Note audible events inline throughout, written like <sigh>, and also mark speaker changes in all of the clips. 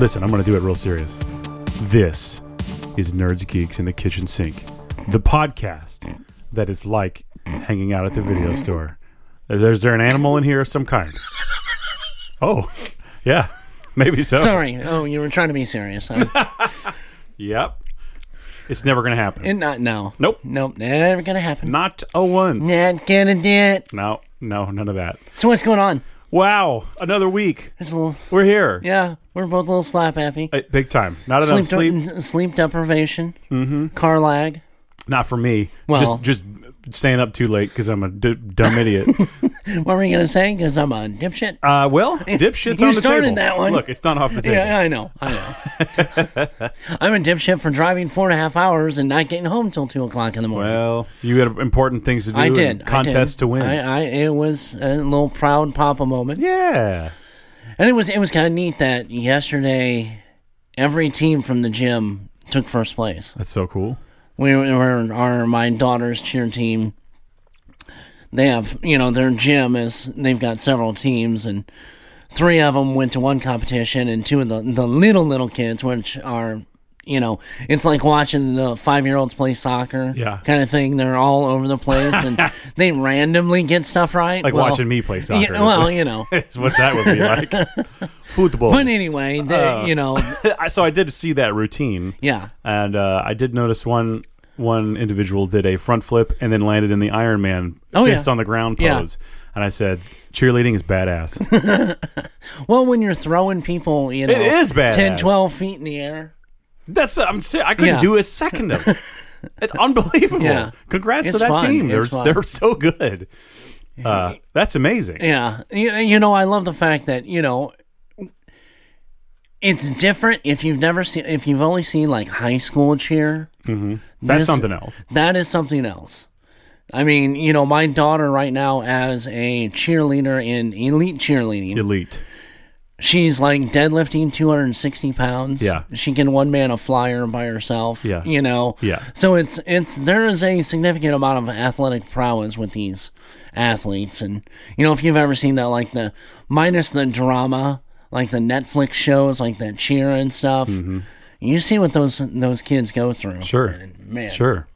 Speaker 1: Listen, I'm going to do it real serious. This is Nerds Geeks in the Kitchen Sink, the podcast that is like hanging out at the video store. Is there, is there an animal in here of some kind? Oh, yeah, <laughs> maybe so.
Speaker 2: Sorry. Oh, you were trying to be serious. Sorry.
Speaker 1: <laughs> Yep. It's never going to happen.
Speaker 2: and not no.
Speaker 1: Nope.
Speaker 2: Nope. Never gonna happen.
Speaker 1: Not a once.
Speaker 2: Not gonna do it.
Speaker 1: No, no, none of that.
Speaker 2: So what's going on?
Speaker 1: Wow, another week.
Speaker 2: It's a little.
Speaker 1: We're here.
Speaker 2: Yeah, we're both a little slap happy.
Speaker 1: Uh, Big time. Not enough
Speaker 2: Sleep,
Speaker 1: sleep.
Speaker 2: de- sleep deprivation. Mm-hmm. Car lag.
Speaker 1: Not for me.
Speaker 2: Well-
Speaker 1: just, just staying up too late because I'm a d- dumb idiot.
Speaker 2: What were you gonna say? Because I'm a dipshit.
Speaker 1: Uh, well, dipshit's
Speaker 2: <laughs> You
Speaker 1: on the
Speaker 2: started
Speaker 1: table.
Speaker 2: that one.
Speaker 1: Look, it's not off the table.
Speaker 2: Yeah, I know. I know.
Speaker 1: <laughs>
Speaker 2: I'm a dipshit for driving four and a half hours and not getting home till two o'clock in the morning.
Speaker 1: Well, you had important things to do.
Speaker 2: I
Speaker 1: and
Speaker 2: did. I
Speaker 1: contests
Speaker 2: did.
Speaker 1: to win.
Speaker 2: I, I it was a little proud papa moment.
Speaker 1: yeah.
Speaker 2: And it was it was kind of neat that yesterday every team from the gym took first place.
Speaker 1: That's so cool.
Speaker 2: We were our my daughter's cheer team. They have you know their gym is they've got several teams and three of them went to one competition and two of the the little little kids which are you know it's like watching the five year olds play soccer
Speaker 1: Yeah.
Speaker 2: kind of thing they're all over the
Speaker 1: <laughs>
Speaker 2: place and they randomly get stuff right
Speaker 1: Like
Speaker 2: Well-
Speaker 1: watching me play
Speaker 2: Yeah,
Speaker 1: soccer. <laughs>
Speaker 2: well you know
Speaker 1: That's what that
Speaker 2: <laughs>
Speaker 1: would be like. Football.
Speaker 2: but anyway they,
Speaker 1: Uh.
Speaker 2: you know
Speaker 1: <laughs> I- so I did see that routine.
Speaker 2: yeah
Speaker 1: And uh, I did notice one one individual did a front flip and then landed in the Iron Man
Speaker 2: Oh,
Speaker 1: fist
Speaker 2: yeah.
Speaker 1: on the ground
Speaker 2: Yeah.
Speaker 1: pose. And I said, cheerleading is badass.
Speaker 2: Well, when you're throwing people, you know,
Speaker 1: is badass.
Speaker 2: 10, 12 feet in the air.
Speaker 1: That's I'm ser- I couldn't
Speaker 2: Yeah.
Speaker 1: do a second of
Speaker 2: <laughs>
Speaker 1: it. It's unbelievable.
Speaker 2: Yeah.
Speaker 1: Congrats to
Speaker 2: It's
Speaker 1: that
Speaker 2: fun.
Speaker 1: team. They're
Speaker 2: It's fun.
Speaker 1: they're so good. Uh, that's amazing.
Speaker 2: Yeah. You, you know, I love the fact that, you know, it's different if you've never seen, if you've only seen like high school cheer.
Speaker 1: Mm-hmm. That's
Speaker 2: This-
Speaker 1: something else.
Speaker 2: That is something else. I mean, you know, my daughter right now as a cheerleader in elite cheerleading,
Speaker 1: Elite.
Speaker 2: she's like deadlifting 260 pounds.
Speaker 1: Yeah.
Speaker 2: She can one man a flyer by herself.
Speaker 1: Yeah.
Speaker 2: You know?
Speaker 1: Yeah.
Speaker 2: So it's, it's, there is a significant amount of athletic prowess with these athletes. And, you know, if you've ever seen that, like the, minus the drama, like the Netflix shows, like that cheer and stuff, you see what those, those kids go through.
Speaker 1: Mm-hmm. Sure.
Speaker 2: Man.
Speaker 1: Sure.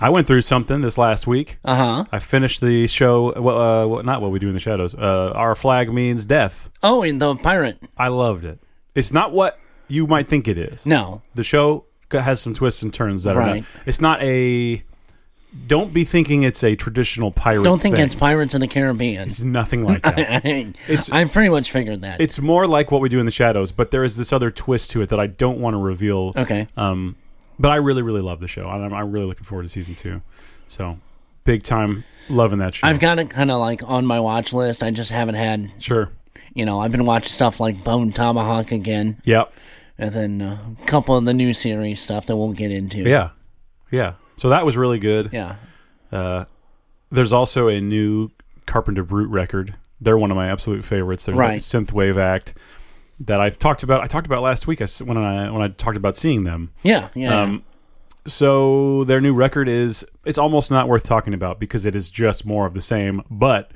Speaker 1: I went through something this last week.
Speaker 2: Uh huh.
Speaker 1: I finished the show. Well, uh, well, not what we do in the shadows. Uh, Our flag means death.
Speaker 2: Oh, and the pirate.
Speaker 1: I loved it. It's not what you might think it is.
Speaker 2: No.
Speaker 1: the show g- has some twists and turns that are
Speaker 2: Right.
Speaker 1: not, it's not a don't be thinking it's a traditional pirate
Speaker 2: Don't think
Speaker 1: thing.
Speaker 2: it's Pirates of the Caribbean.
Speaker 1: it's nothing like that
Speaker 2: <laughs> I pretty much figured that.
Speaker 1: it's more like what we do in the shadows but there is this other twist to it that i don't want to reveal
Speaker 2: okay.
Speaker 1: um but i really really love the show and i'm, I'm really looking forward to season two so big time loving that show
Speaker 2: I've got it kind of like on my watch list. I just haven't had,
Speaker 1: sure
Speaker 2: you know, I've been watching stuff like Bone Tomahawk again,
Speaker 1: yep
Speaker 2: and then uh, a couple of the new series stuff that we'll get into.
Speaker 1: yeah yeah so that was really good
Speaker 2: Yeah.
Speaker 1: uh there's also a new carpenter brute record they're one of my absolute favorites they're
Speaker 2: Right.
Speaker 1: that synthwave act that i've talked about i talked about last week I s- when i when i talked about seeing them
Speaker 2: Yeah. Yeah.
Speaker 1: um so their new record is it's almost not worth talking about because it is just more of the same but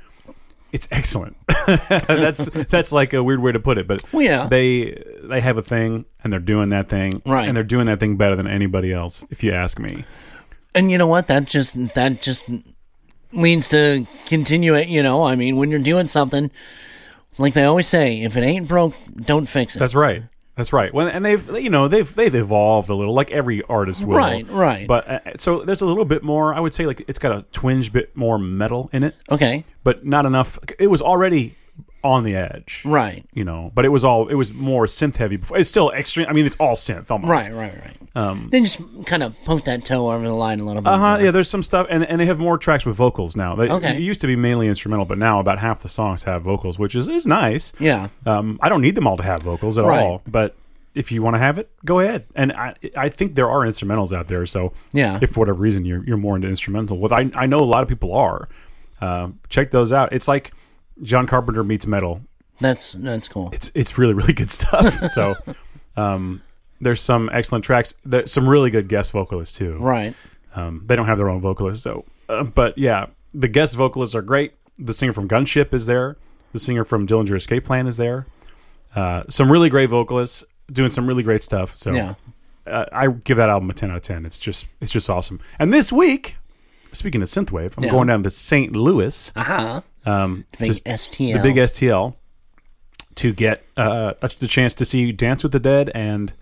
Speaker 1: it's excellent <laughs> that's that's like a weird way to put it but
Speaker 2: Well, yeah.
Speaker 1: they they have a thing and they're doing that thing
Speaker 2: Right.
Speaker 1: and they're doing that thing better than anybody else if you ask me
Speaker 2: and you know what? That just, that just leads to continue it. You know, I mean, when you're doing something, like they always say, if it ain't broke, don't fix it.
Speaker 1: That's right. That's right. Well, and they've you know they've they've evolved a little, like every artist will.
Speaker 2: Right, right.
Speaker 1: But uh, so there's a little bit more. I would say like it's got a twinge bit more metal in it,
Speaker 2: okay.
Speaker 1: but not enough. It was already on the edge,
Speaker 2: Right.
Speaker 1: you know. But it was all it was more synth heavy before. It's still extreme. I mean, it's all synth almost.
Speaker 2: Right. Right. Right. Um, then just kind of poke that toe over the line a little bit.
Speaker 1: Uh huh. Yeah. There's some stuff, and and they have more tracks with vocals now. They,
Speaker 2: Okay.
Speaker 1: It used to be mainly instrumental, but now about half the songs have vocals, which is is nice.
Speaker 2: Yeah.
Speaker 1: Um, I don't need them all to have vocals at
Speaker 2: Right.
Speaker 1: all, but if you want to have it, go ahead. And I, I think there are instrumentals out there. So
Speaker 2: Yeah.
Speaker 1: if for whatever reason you're you're more into instrumental, what I I know a lot of people are. Uh, check those out. It's like John Carpenter meets metal.
Speaker 2: That's, that's cool.
Speaker 1: It's it's really really good <laughs> stuff. so um, there's some excellent tracks. There's some really good guest vocalists too.
Speaker 2: Right.
Speaker 1: Um, they don't have their own vocalist, so. Uh, but yeah, the guest vocalists are great. The singer from Gunship is there. The singer from Dillinger Escape Plan is there. Uh, some really great vocalists doing some really great stuff. So
Speaker 2: Yeah.
Speaker 1: uh, I give that album a ten out of ten. It's just it's just awesome. And this week, speaking of synthwave, I'm
Speaker 2: Yeah.
Speaker 1: going down to St. Louis,
Speaker 2: Uh-huh.
Speaker 1: um,
Speaker 2: Big
Speaker 1: to
Speaker 2: STL.
Speaker 1: the big STL, to get uh, a- the chance to see Dance with the Dead and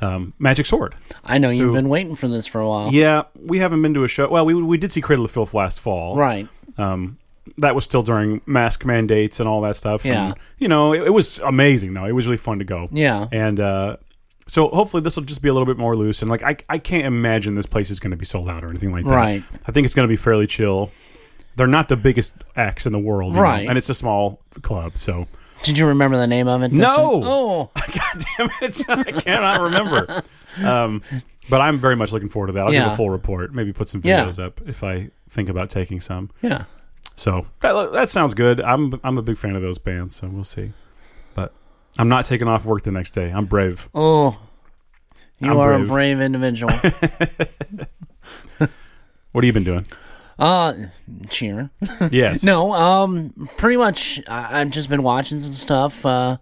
Speaker 1: um, Magic Sword.
Speaker 2: I know you've been waiting for this for a while.
Speaker 1: Yeah, we haven't been to a show. Well, we we did see Cradle of Filth last fall,
Speaker 2: Right.
Speaker 1: um, that was still during mask mandates and all that stuff.
Speaker 2: Yeah.
Speaker 1: And, you know, it, it was amazing though. It was really fun to go.
Speaker 2: Yeah.
Speaker 1: And uh, so hopefully this will just be a little bit more loose. And like, I, I can't imagine this place is going to be sold out or anything like that.
Speaker 2: Right.
Speaker 1: I think it's going to be fairly chill. They're not the biggest acts in the world, you know,
Speaker 2: Right.
Speaker 1: and it's a small club, so
Speaker 2: Did you remember the name of it? this
Speaker 1: No!
Speaker 2: one? Oh,
Speaker 1: <laughs> God damn it, I cannot remember. Um, but I'm very much looking forward to that. I'll give
Speaker 2: Yeah.
Speaker 1: a full report, maybe put some
Speaker 2: Yeah.
Speaker 1: videos up if I think about taking some.
Speaker 2: yeah.
Speaker 1: So that, that sounds good. I'm I'm a big fan of those bands, so we'll see. But I'm not taking off work the next day. I'm brave.
Speaker 2: Oh, you
Speaker 1: I'm
Speaker 2: are
Speaker 1: brave.
Speaker 2: a
Speaker 1: <laughs>
Speaker 2: brave individual.
Speaker 1: What have you been
Speaker 2: <laughs>
Speaker 1: doing?
Speaker 2: uh, cheering.
Speaker 1: Yes.
Speaker 2: No, um, pretty much. I- I've just been watching some stuff, uh,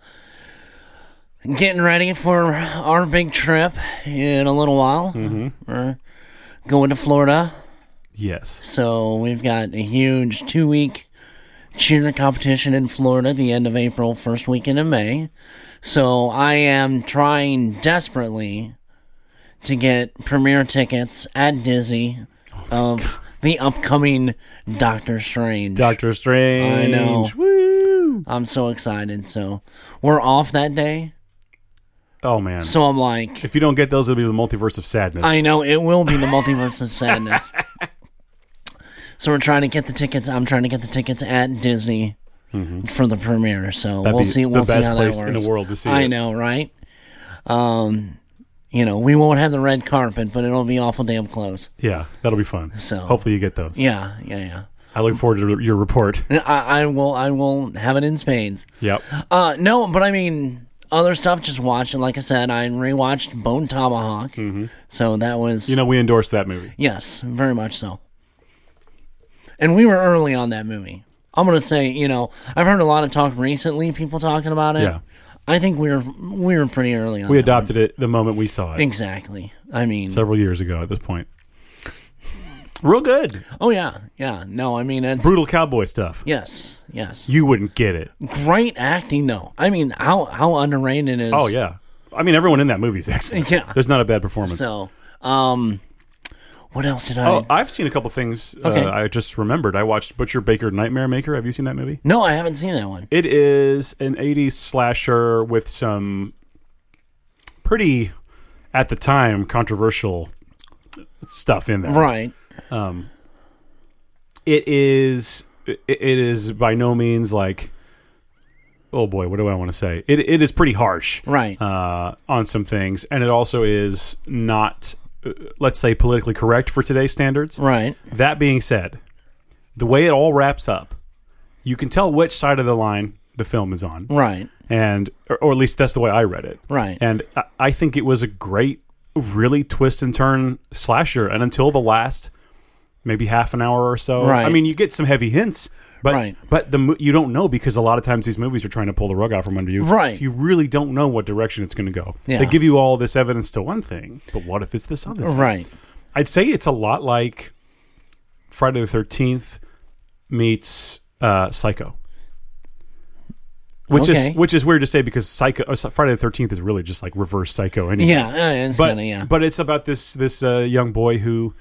Speaker 2: getting ready for our big trip in a little while.
Speaker 1: Mm-hmm.
Speaker 2: We're going to Florida,
Speaker 1: Yes.
Speaker 2: so we've got a huge two-week cheer competition in Florida the end of April, first weekend in May. So I am trying desperately to get premiere tickets at Disney of the upcoming Doctor Strange.
Speaker 1: Doctor Strange.
Speaker 2: I know.
Speaker 1: Woo.
Speaker 2: I'm so excited. So we're off that day.
Speaker 1: Oh man.
Speaker 2: So I'm like,
Speaker 1: if you don't get those, it'll be the multiverse of sadness.
Speaker 2: I know it will be the multiverse
Speaker 1: <laughs>
Speaker 2: of sadness. So we're trying to get the tickets. I'm trying to get the tickets at Disney for the premiere.
Speaker 1: Mm-hmm.
Speaker 2: So
Speaker 1: That'd
Speaker 2: we'll
Speaker 1: be
Speaker 2: see.
Speaker 1: the
Speaker 2: We'll see
Speaker 1: best
Speaker 2: how
Speaker 1: place
Speaker 2: that
Speaker 1: in
Speaker 2: works.
Speaker 1: the world to see
Speaker 2: I
Speaker 1: it.
Speaker 2: know, right? Um, you know, we won't have the red carpet, but it'll be awful damn close.
Speaker 1: yeah, that'll be fun.
Speaker 2: So-
Speaker 1: hopefully you get those.
Speaker 2: Yeah, yeah,
Speaker 1: I look forward to your report.
Speaker 2: yeah. I, I will. I will have it in spades. <laughs>
Speaker 1: yep.
Speaker 2: Uh, no, but I mean other stuff. Just watching, like I said, I rewatched Bone Tomahawk, so that was
Speaker 1: Mm-hmm. You know we endorse that movie.
Speaker 2: yes, very much so. And we were early on that movie. I'm gonna say, you know, I've heard a lot of talk recently, people talking about it.
Speaker 1: Yeah.
Speaker 2: I think we were we were pretty early on.
Speaker 1: We
Speaker 2: that one.
Speaker 1: adopted it the moment we saw it
Speaker 2: exactly. I mean,
Speaker 1: several years ago. At this
Speaker 2: <laughs>
Speaker 1: point. Real good.
Speaker 2: oh yeah, yeah. No, I mean it's
Speaker 1: Brutal cowboy stuff.
Speaker 2: yes, yes.
Speaker 1: You wouldn't get it.
Speaker 2: Great acting, though. I mean, how how underrated is
Speaker 1: Oh yeah. I mean, everyone in that movie is excellent.
Speaker 2: <laughs> Yeah.
Speaker 1: There's not a bad performance.
Speaker 2: So, um, what else did I?
Speaker 1: Oh, I've seen a couple things.
Speaker 2: Okay.
Speaker 1: Uh, I just remembered. I watched Butcher Baker Nightmare Maker. Have you seen that movie?
Speaker 2: No, I haven't seen that one.
Speaker 1: It is an '80s slasher with some pretty, at the time, controversial stuff in there.
Speaker 2: Right.
Speaker 1: It is. It it is by no means like. Oh boy, what do I want to say? It it is pretty harsh.
Speaker 2: Right.
Speaker 1: uh, on some things, and it also is not, uh, let's say, politically correct for today's standards.
Speaker 2: right.
Speaker 1: That being said, the way it all wraps up, you can tell which side of the line the film is on,
Speaker 2: Right.
Speaker 1: and or, or at least that's the way I read it.
Speaker 2: Right.
Speaker 1: And I, I think it was a great, really twist and turn slasher, and until the last. Maybe half an hour or so.
Speaker 2: Right.
Speaker 1: I mean, you get some heavy hints, but
Speaker 2: Right.
Speaker 1: but the mo- you don't know because a lot of times these movies are trying to pull the rug out from under you.
Speaker 2: Right.
Speaker 1: You really don't know what direction it's going to go.
Speaker 2: Yeah.
Speaker 1: They give you all this evidence to one thing, but what if it's this other thing?
Speaker 2: Right.
Speaker 1: I'd say it's a lot like Friday the Thirteenth meets uh, Psycho, which
Speaker 2: Okay.
Speaker 1: is which is weird to say because Psycho uh, Friday the Thirteenth is really just like reverse Psycho. Anyway.
Speaker 2: Yeah. uh, It's
Speaker 1: but
Speaker 2: gonna. Yeah.
Speaker 1: but it's about this this uh, young boy who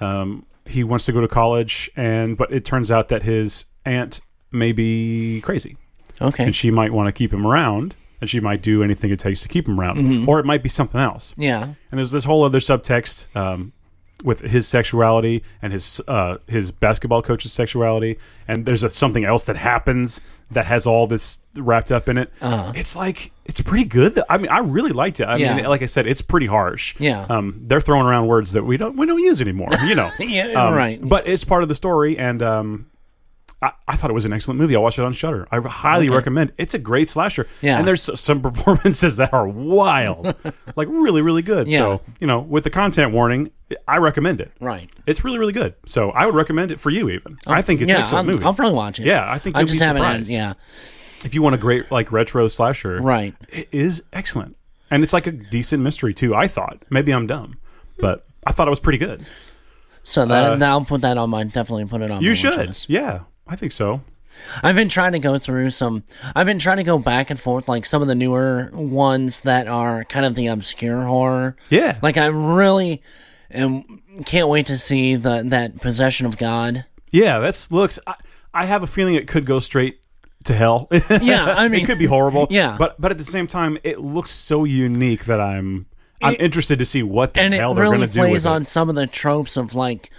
Speaker 1: um, he wants to go to college, and but it turns out that his aunt may be crazy
Speaker 2: okay.
Speaker 1: and she might want to keep him around and she might do anything it takes to keep him around
Speaker 2: Mm-hmm.
Speaker 1: or it might be something else
Speaker 2: yeah.
Speaker 1: and there's this whole other subtext um, with his sexuality and his uh, his basketball coach's sexuality and there's a, something else that happens that has all this wrapped up in it it's like it's pretty good though. i mean i really liked it i mean
Speaker 2: Uh-huh. Yeah.
Speaker 1: like i said it's pretty harsh
Speaker 2: Yeah.
Speaker 1: um, they're throwing around words that we don't we don't use anymore you know
Speaker 2: <laughs> Yeah,
Speaker 1: Um,
Speaker 2: right.
Speaker 1: but it's part of the story and um, I, I thought it was an excellent movie. I watched it on Shutter. I highly recommend. It's a great slasher.
Speaker 2: Yeah.
Speaker 1: and there's s- some <laughs> performances that are wild, like really, really good.
Speaker 2: Yeah.
Speaker 1: So you know, with the content warning, I recommend it.
Speaker 2: Right.
Speaker 1: It's really, really good. So I would recommend it for you. Even I think it's
Speaker 2: yeah,
Speaker 1: an excellent
Speaker 2: I'll,
Speaker 1: movie.
Speaker 2: I'll probably watch it.
Speaker 1: Yeah, I think
Speaker 2: I
Speaker 1: you'll
Speaker 2: just
Speaker 1: be
Speaker 2: haven't. had-
Speaker 1: surprised.
Speaker 2: yeah.
Speaker 1: if you want a great like retro slasher,
Speaker 2: Right.
Speaker 1: It is excellent, and it's like a decent mystery too. I thought maybe I'm dumb, but I thought it was pretty good.
Speaker 2: So that, that- I'll put that on my definitely put it on. my
Speaker 1: Uh, You
Speaker 2: watch
Speaker 1: should,
Speaker 2: list.
Speaker 1: yeah, I think so.
Speaker 2: I've been trying to go through some. I've been trying to go back and forth, like some of the newer ones that are kind of the obscure horror.
Speaker 1: Yeah,
Speaker 2: Like I really am can't wait to see the that possession of God.
Speaker 1: yeah. That's looks. I, I have a feeling it could go straight to hell. <laughs>
Speaker 2: Yeah, I mean-
Speaker 1: it could be horrible.
Speaker 2: Yeah.
Speaker 1: but but at the same time, it looks so unique that I'm I'm
Speaker 2: It-
Speaker 1: interested to see what the
Speaker 2: and it
Speaker 1: hell they're
Speaker 2: really
Speaker 1: going to do with
Speaker 2: plays
Speaker 1: it.
Speaker 2: on some of the tropes of like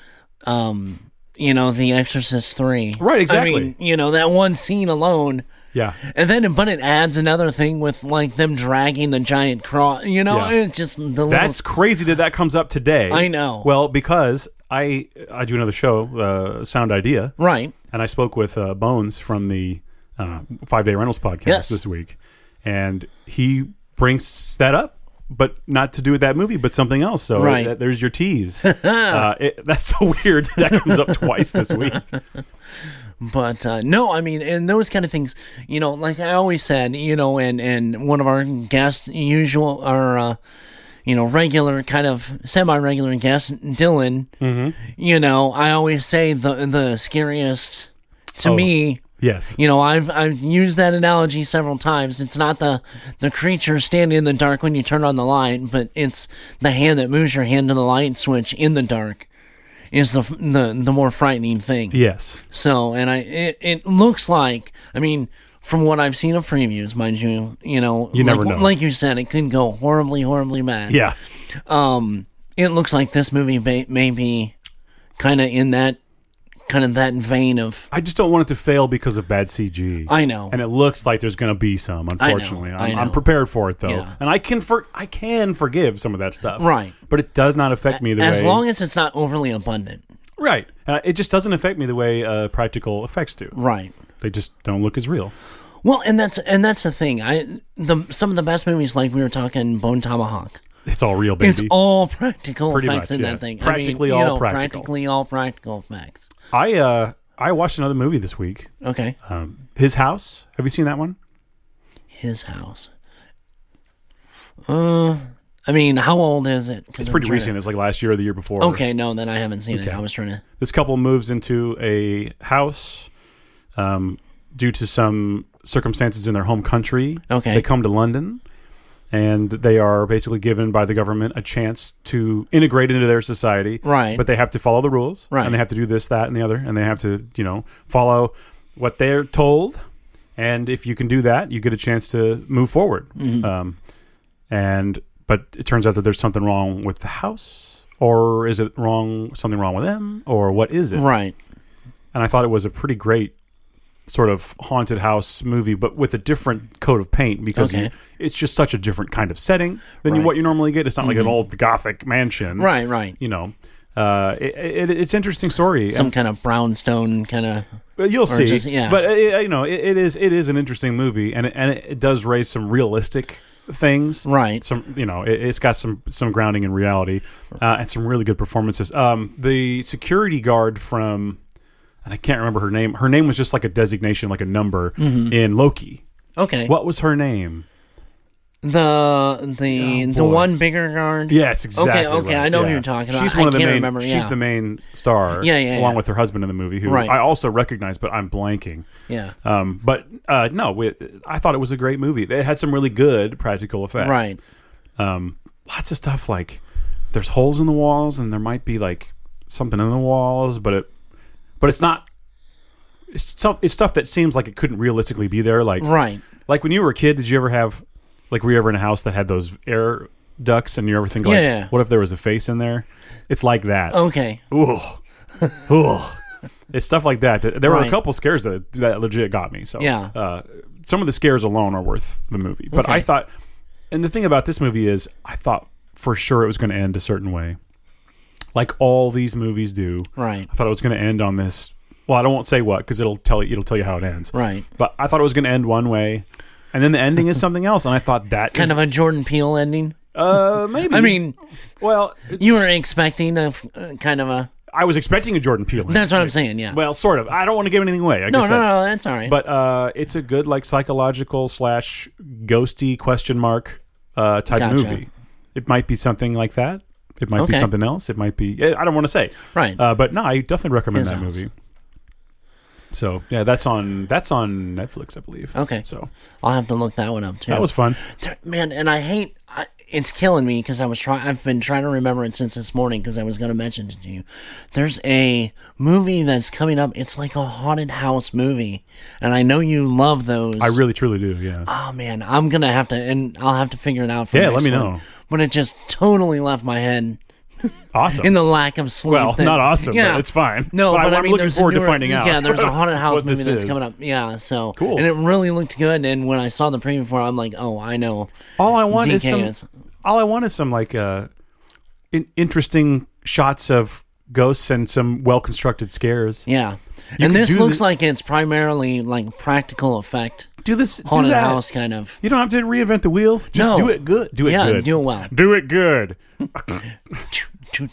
Speaker 2: um you know the exorcist 3
Speaker 1: Right,
Speaker 2: I
Speaker 1: exactly.
Speaker 2: mean, you know that one scene alone
Speaker 1: Yeah,
Speaker 2: and then but it adds another thing with like them dragging the giant cross you know
Speaker 1: Yeah.
Speaker 2: it's just the
Speaker 1: That's crazy that that comes up today.
Speaker 2: I know.
Speaker 1: Well, because I I do another show, uh, Sound Idea,
Speaker 2: little right
Speaker 1: and I spoke with uh, Bones from the uh, Five Day Rentals podcast
Speaker 2: Yes.
Speaker 1: this week, and he brings that up, but not to do with that movie, but something else. So
Speaker 2: Right.
Speaker 1: that- there's your
Speaker 2: <laughs>
Speaker 1: tease. uh, it, that's so weird. That comes up twice this
Speaker 2: <laughs>
Speaker 1: week.
Speaker 2: but uh, no i mean and those kind of things you know like i always said you know and and one of our guest usual our uh, you know regular kind of semi-regular guest dylan
Speaker 1: Mm-hmm.
Speaker 2: you know i always say the the scariest
Speaker 1: Oh.
Speaker 2: to me
Speaker 1: Yes.
Speaker 2: you know i've i've used that analogy several times it's not the the creature standing in the dark when you turn on the light but it's the hand that moves your hand to the light switch in the dark is the f- the, the more frightening thing
Speaker 1: Yes.
Speaker 2: so, and I, it, it looks like, I mean, from what I've seen of previews, mind you, you know,
Speaker 1: You
Speaker 2: like,
Speaker 1: never know.
Speaker 2: like you said, it could go horribly, horribly bad.
Speaker 1: Yeah.
Speaker 2: Um, it looks like this movie may, may be kind of in that, kind of that vein of,
Speaker 1: I just don't want it to fail because of bad CG.
Speaker 2: I know.
Speaker 1: and it looks like there's going to be some. Unfortunately,
Speaker 2: I
Speaker 1: am
Speaker 2: know.
Speaker 1: I'm prepared for it though,
Speaker 2: Yeah.
Speaker 1: and I can for I can forgive some of that stuff,
Speaker 2: Right.
Speaker 1: But it does not affect me the
Speaker 2: as
Speaker 1: way
Speaker 2: long as it's not overly abundant.
Speaker 1: right. Uh, it just doesn't affect me the way uh, practical effects do.
Speaker 2: Right.
Speaker 1: They just don't look as real.
Speaker 2: Well, and that's, and that's the thing. I, the, some of the best movies, like we were talking Bone Tomahawk.
Speaker 1: It's all real, baby.
Speaker 2: It's all practical
Speaker 1: Pretty
Speaker 2: effects
Speaker 1: much,
Speaker 2: in
Speaker 1: yeah.
Speaker 2: that thing.
Speaker 1: Practically
Speaker 2: I mean,
Speaker 1: all
Speaker 2: you know,
Speaker 1: practical.
Speaker 2: Practically all practical effects.
Speaker 1: I uh I watched another movie this week.
Speaker 2: Okay.
Speaker 1: Um, His House. Have you seen that one?
Speaker 2: his house. Uh, I mean, how old is it? 'Cause
Speaker 1: It's
Speaker 2: I'm
Speaker 1: pretty
Speaker 2: trying to-
Speaker 1: recent. It's like last year or the year before.
Speaker 2: okay, no, then I haven't seen it.
Speaker 1: Okay.
Speaker 2: I was trying to.
Speaker 1: this couple moves into a house um, due to some circumstances in their home country.
Speaker 2: Okay.
Speaker 1: They come to London and they are basically given by the government a chance to integrate into their society.
Speaker 2: Right.
Speaker 1: But they have to follow the rules.
Speaker 2: Right.
Speaker 1: And they have to do this, that, and the other. And they have to, you know, follow what they're told. And if you can do that, you get a chance to move forward.
Speaker 2: Mm-hmm.
Speaker 1: Um, and but it turns out that there's something wrong with the house or is it wrong something wrong with them or what is it
Speaker 2: Right.
Speaker 1: and i thought it was a pretty great sort of haunted house movie but with a different coat of paint because
Speaker 2: Okay.
Speaker 1: you- it's just such a different kind of setting than you,
Speaker 2: Right. Mm-hmm.
Speaker 1: what you normally get it's not like an old gothic mansion
Speaker 2: Right, right.
Speaker 1: you know uh, it, it, it's an interesting story.
Speaker 2: Some kind of brownstone kind of.
Speaker 1: But You'll see,
Speaker 2: just- yeah.
Speaker 1: but uh, you know, it, it is it is an interesting movie, and it, and it, it does raise some realistic things,
Speaker 2: Right.
Speaker 1: Some you know, it, it's got some some grounding in reality, uh, and some really good performances. Um, the security guard from, and I can't remember her name. Her name was just like a designation, like a number
Speaker 2: Mm-hmm.
Speaker 1: in Loki.
Speaker 2: Okay.
Speaker 1: What was her name?
Speaker 2: the the
Speaker 1: Oh,
Speaker 2: the
Speaker 1: boy.
Speaker 2: one bigger guard.
Speaker 1: Yes, exactly.
Speaker 2: okay,
Speaker 1: right.
Speaker 2: I know who
Speaker 1: Yeah.
Speaker 2: you're talking about.
Speaker 1: She's one
Speaker 2: I
Speaker 1: of the
Speaker 2: can't
Speaker 1: main.
Speaker 2: remember,
Speaker 1: She's
Speaker 2: yeah.
Speaker 1: the main star.
Speaker 2: Yeah, yeah,
Speaker 1: Along
Speaker 2: yeah.
Speaker 1: with her husband in the movie, who
Speaker 2: Right.
Speaker 1: I also recognize, but I'm blanking.
Speaker 2: Yeah.
Speaker 1: Um, but uh, no, we, I thought it was a great movie. It had some really good practical effects.
Speaker 2: Right.
Speaker 1: Um, lots of stuff like there's holes in the walls, and there might be like something in the walls, but it, but it's not. It's stuff. It's stuff that seems like it couldn't realistically be there. Like
Speaker 2: Right.
Speaker 1: like when you were a kid, did you ever have like were you ever in a house that had those air ducts, and you ever think like,
Speaker 2: Yeah, yeah.
Speaker 1: what if there was a face in there? It's like that.
Speaker 2: Okay.
Speaker 1: Ooh, ooh. It's stuff like that. Th- There were a
Speaker 2: Right.
Speaker 1: couple scares that that legit got me. So
Speaker 2: Yeah.
Speaker 1: uh, some of the scares alone are worth the movie. But
Speaker 2: Okay.
Speaker 1: I thought, and the thing about this movie is, I thought for sure it was going to end a certain way, like all these movies do.
Speaker 2: Right.
Speaker 1: I thought it was going to end on this. Well, I don't won't say what because it'll tell you it'll tell you how it ends.
Speaker 2: Right.
Speaker 1: But I thought it was going to end one way, and then the ending is something else. And I thought that
Speaker 2: Kind of a Jordan Peele ending.
Speaker 1: uh, maybe.
Speaker 2: I mean,
Speaker 1: well, it's-
Speaker 2: you were expecting a f- uh, kind of a
Speaker 1: I was expecting a Jordan Peele.
Speaker 2: That's what I'm saying. Yeah.
Speaker 1: Well, sort of. I don't want to give anything away. I
Speaker 2: no,
Speaker 1: guess
Speaker 2: no,
Speaker 1: that-
Speaker 2: no, that's all
Speaker 1: <laughs>
Speaker 2: right.
Speaker 1: But uh, it's a good like psychological slash ghosty question mark uh, type
Speaker 2: Gotcha.
Speaker 1: movie. It might be something like that. It might
Speaker 2: Okay.
Speaker 1: be something else. It might be. eh, I I don't want to say.
Speaker 2: right.
Speaker 1: Uh, but no, I definitely recommend
Speaker 2: His
Speaker 1: that
Speaker 2: house.
Speaker 1: movie. So yeah, that's on that's on Netflix, I believe.
Speaker 2: Okay.
Speaker 1: So
Speaker 2: I'll have to look that one up too.
Speaker 1: that was fun.
Speaker 2: T- man, and I hate. I, it's killing me because I was trying. I've been trying to remember it since this morning because I was going to mention it to you. There's a movie that's coming up. It's like a haunted house movie, and I know you love those.
Speaker 1: I really truly do. Yeah.
Speaker 2: Oh man, I'm gonna have to, and I'll have to figure it out. For
Speaker 1: Yeah,
Speaker 2: next
Speaker 1: let me
Speaker 2: one.
Speaker 1: know.
Speaker 2: But it just totally left my head
Speaker 1: awesome.
Speaker 2: in the lack of sleep.
Speaker 1: well,
Speaker 2: that-
Speaker 1: not awesome.
Speaker 2: Yeah,
Speaker 1: but it's fine.
Speaker 2: No,
Speaker 1: I-
Speaker 2: but, I
Speaker 1: I'm
Speaker 2: mean,
Speaker 1: looking
Speaker 2: there's a
Speaker 1: forward to
Speaker 2: newer-
Speaker 1: finding out.
Speaker 2: Yeah,
Speaker 1: <laughs>
Speaker 2: there's a haunted house
Speaker 1: what
Speaker 2: movie
Speaker 1: this
Speaker 2: that's
Speaker 1: is.
Speaker 2: coming up. Yeah, so
Speaker 1: Cool.
Speaker 2: and it really looked good. And when I saw the preview for, it, I'm like, oh, I know.
Speaker 1: All I want is some.
Speaker 2: DKs.
Speaker 1: All I want is some like uh, in- interesting shots of ghosts and some well constructed scares.
Speaker 2: Yeah,
Speaker 1: could
Speaker 2: and this
Speaker 1: do
Speaker 2: looks
Speaker 1: the-
Speaker 2: like it's primarily like practical effect
Speaker 1: Do this. do
Speaker 2: haunted
Speaker 1: that.
Speaker 2: house kind of.
Speaker 1: You don't have to reinvent the wheel. Just
Speaker 2: No.
Speaker 1: do it good. Do it
Speaker 2: Yeah,
Speaker 1: good.
Speaker 2: do it well.
Speaker 1: Do it good.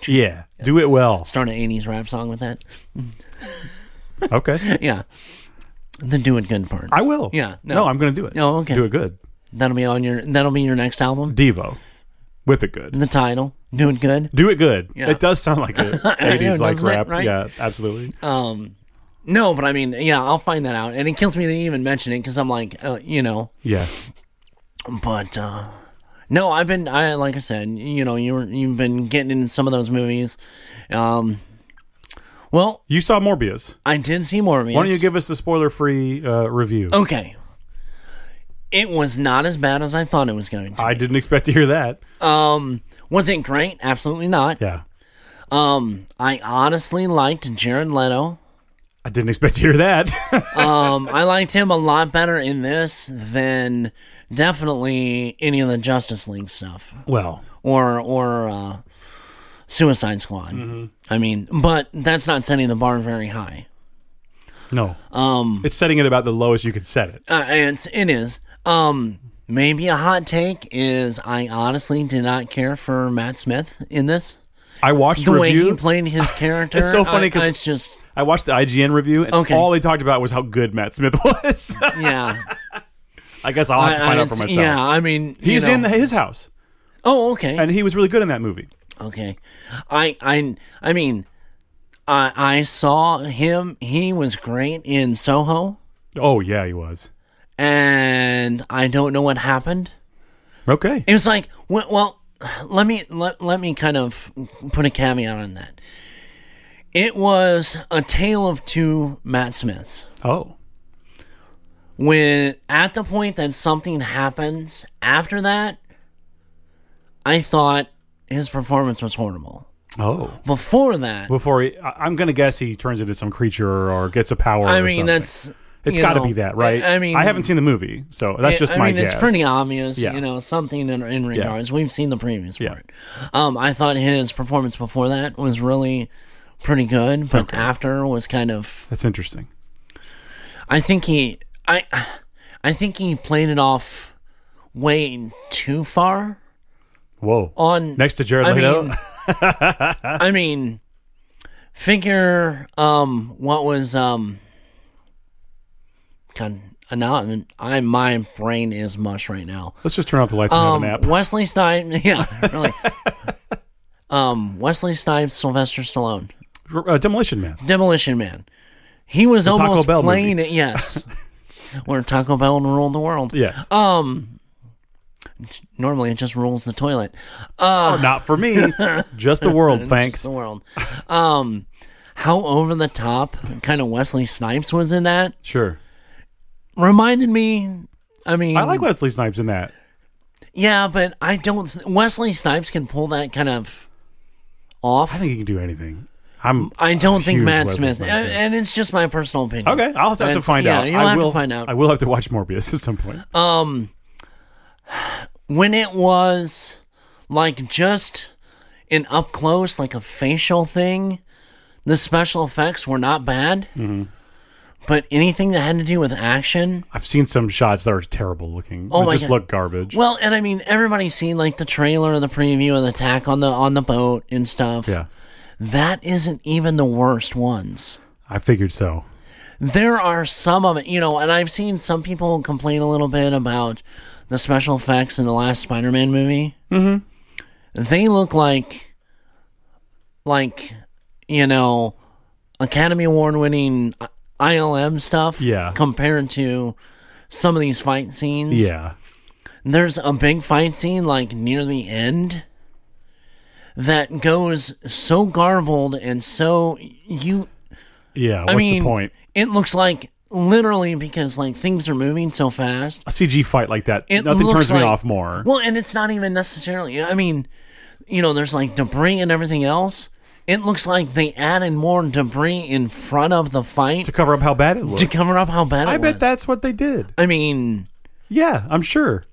Speaker 1: Yeah. Do it well.
Speaker 2: Start an '80s rap song with that.
Speaker 1: Okay.
Speaker 2: Yeah, the do it good part.
Speaker 1: <laughs> I will.
Speaker 2: Yeah, no.
Speaker 1: I'm going to do it.
Speaker 2: Oh, okay.
Speaker 1: Do it good.
Speaker 2: That'll be on your. That'll be your next album.
Speaker 1: Devo. Whip it good.
Speaker 2: The title, do it good.
Speaker 1: Do it good.
Speaker 2: Yeah.
Speaker 1: It does sound like
Speaker 2: <laughs>
Speaker 1: it. 80s like
Speaker 2: doesn't it,
Speaker 1: rap.
Speaker 2: right?
Speaker 1: Yeah, absolutely.
Speaker 2: Um, no, but I mean, yeah, I'll find that out, and it kills me to even mention it because I'm like, uh, you know,
Speaker 1: Yeah.
Speaker 2: but uh, no, I've been, I like I said, you know, you were, you've been getting into some of those movies. Um, well,
Speaker 1: You saw Morbius.
Speaker 2: I did see Morbius.
Speaker 1: Why don't you give us the spoiler free uh, review?
Speaker 2: Okay, it was not as bad as I thought it was going to.
Speaker 1: I didn't expect to hear that.
Speaker 2: Um, was it great? Absolutely not.
Speaker 1: Yeah.
Speaker 2: Um, I honestly liked Jared Leto.
Speaker 1: I didn't expect to hear that. <laughs>
Speaker 2: um, I liked him a lot better in this than definitely any of the Justice League stuff
Speaker 1: well,
Speaker 2: or or uh, Suicide Squad.
Speaker 1: Mm-hmm.
Speaker 2: I mean, but that's not setting the bar very high.
Speaker 1: no. Um, it's setting it about the lowest you could set it.
Speaker 2: Uh, it's it is. Um, maybe a hot take is I honestly did not care for Matt Smith in this.
Speaker 1: I watched
Speaker 2: The way
Speaker 1: review.
Speaker 2: he played
Speaker 1: <laughs>
Speaker 2: his character,
Speaker 1: It's so funny
Speaker 2: I-
Speaker 1: 'cause-
Speaker 2: it's just
Speaker 1: I watched the IGN review, and
Speaker 2: Okay.
Speaker 1: all they talked about was how good Matt Smith <laughs> was.
Speaker 2: yeah.
Speaker 1: <laughs> I guess I'll have to
Speaker 2: I-
Speaker 1: find
Speaker 2: I-
Speaker 1: out for
Speaker 2: it's-
Speaker 1: myself.
Speaker 2: Yeah, I mean,
Speaker 1: He's
Speaker 2: you know.
Speaker 1: in his house,
Speaker 2: Oh, okay.
Speaker 1: and he was really good in that movie.
Speaker 2: Okay, I I I mean, I I saw him. He was great in Soho,
Speaker 1: Oh yeah, he was.
Speaker 2: and I don't know what happened.
Speaker 1: Okay.
Speaker 2: It was like well, well let me let, let me kind of put a caveat on that. It was a tale of two Matt Smiths.
Speaker 1: Oh.
Speaker 2: When at the point that something happens after that, I thought his performance was horrible.
Speaker 1: Oh.
Speaker 2: Before that,
Speaker 1: Before he, I, I'm gonna guess he turns into some creature or gets a power.
Speaker 2: I
Speaker 1: or
Speaker 2: mean
Speaker 1: something.
Speaker 2: that's
Speaker 1: it's
Speaker 2: you
Speaker 1: got to
Speaker 2: know,
Speaker 1: be that, right?
Speaker 2: I, I mean,
Speaker 1: I haven't seen the movie, so that's
Speaker 2: I-
Speaker 1: just
Speaker 2: I
Speaker 1: my
Speaker 2: mean,
Speaker 1: guess.
Speaker 2: it's pretty obvious,
Speaker 1: Yeah.
Speaker 2: you know, something in, in regards. We've seen the previous
Speaker 1: Yeah.
Speaker 2: part. Um, I thought his performance before that was really pretty good, but after was kind of.
Speaker 1: That's interesting.
Speaker 2: I think he, I, I think he played it off way too far
Speaker 1: Whoa.
Speaker 2: on.
Speaker 1: Next to Jared
Speaker 2: I
Speaker 1: Leto.
Speaker 2: mean, I mean, figure um, what was um, God, now I'm, I my brain is mush right now.
Speaker 1: <laughs> Let's just turn off the lights and
Speaker 2: Um,
Speaker 1: have a nap.
Speaker 2: Wesley
Speaker 1: <laughs>
Speaker 2: Snipes, <laughs> yeah, really. um, Wesley Snipes, Sylvester Stallone,
Speaker 1: Uh, Demolition Man.
Speaker 2: Demolition Man. He was
Speaker 1: Taco
Speaker 2: almost
Speaker 1: Bell
Speaker 2: playing
Speaker 1: <laughs>
Speaker 2: it. Yes, where Taco Bell ruled the world. <laughs>
Speaker 1: Yes.
Speaker 2: Normally, it just rules the toilet.
Speaker 1: Oh, not for
Speaker 2: <laughs>
Speaker 1: me. just the world.
Speaker 2: It's
Speaker 1: Thanks.
Speaker 2: the world. Um, how over the top kind of Wesley Snipes was in that
Speaker 1: Sure.
Speaker 2: reminded me. I mean,
Speaker 1: I like Wesley Snipes in that.
Speaker 2: yeah, but I don't. Th- Wesley Snipes can pull that kind of off.
Speaker 1: I think he can do anything. I'm.
Speaker 2: I don't think
Speaker 1: huge
Speaker 2: Matt
Speaker 1: Wesley
Speaker 2: Smith,
Speaker 1: Snipes
Speaker 2: and,
Speaker 1: fan.
Speaker 2: and it's just my personal opinion.
Speaker 1: Okay, I'll have to
Speaker 2: That's-
Speaker 1: find
Speaker 2: yeah,
Speaker 1: out.
Speaker 2: you'll
Speaker 1: I
Speaker 2: have to
Speaker 1: will
Speaker 2: find out. Uh,
Speaker 1: I will have to watch Morbius <laughs> at some point.
Speaker 2: Um, When it was like just an up close, like a facial thing, the special effects were not bad. But anything that had to do with action,
Speaker 1: I've seen some shots that are terrible looking. Oh
Speaker 2: my
Speaker 1: just
Speaker 2: God.
Speaker 1: look garbage.
Speaker 2: well, and I mean everybody's seen like the trailer, the preview, of the attack on the on the boat and stuff.
Speaker 1: yeah,
Speaker 2: that isn't even the worst ones.
Speaker 1: I figured so.
Speaker 2: There are some of it, you know, and I've seen some people complain a little bit about the special effects in the last Spider-Man movie. Mm-hmm. They look like, like, you know, Academy Award-winning uh, ILM stuff.
Speaker 1: Yeah.
Speaker 2: Compared to some of these fight scenes.
Speaker 1: Yeah.
Speaker 2: There's a big fight scene like near the end that goes so garbled and so you
Speaker 1: Yeah. What's
Speaker 2: I mean
Speaker 1: the point?
Speaker 2: it looks like literally because like things are moving so fast.
Speaker 1: A CG fight like that.
Speaker 2: It
Speaker 1: Nothing
Speaker 2: looks
Speaker 1: turns me
Speaker 2: like-
Speaker 1: off more.
Speaker 2: Well, and it's not even necessarily I mean, you know, there's like debris and everything else. It looks like they added more debris in front of the fight
Speaker 1: to cover up how bad it looked.
Speaker 2: to cover up how bad it
Speaker 1: I bet
Speaker 2: was.
Speaker 1: that's what they did.
Speaker 2: I mean,
Speaker 1: Yeah, I'm sure.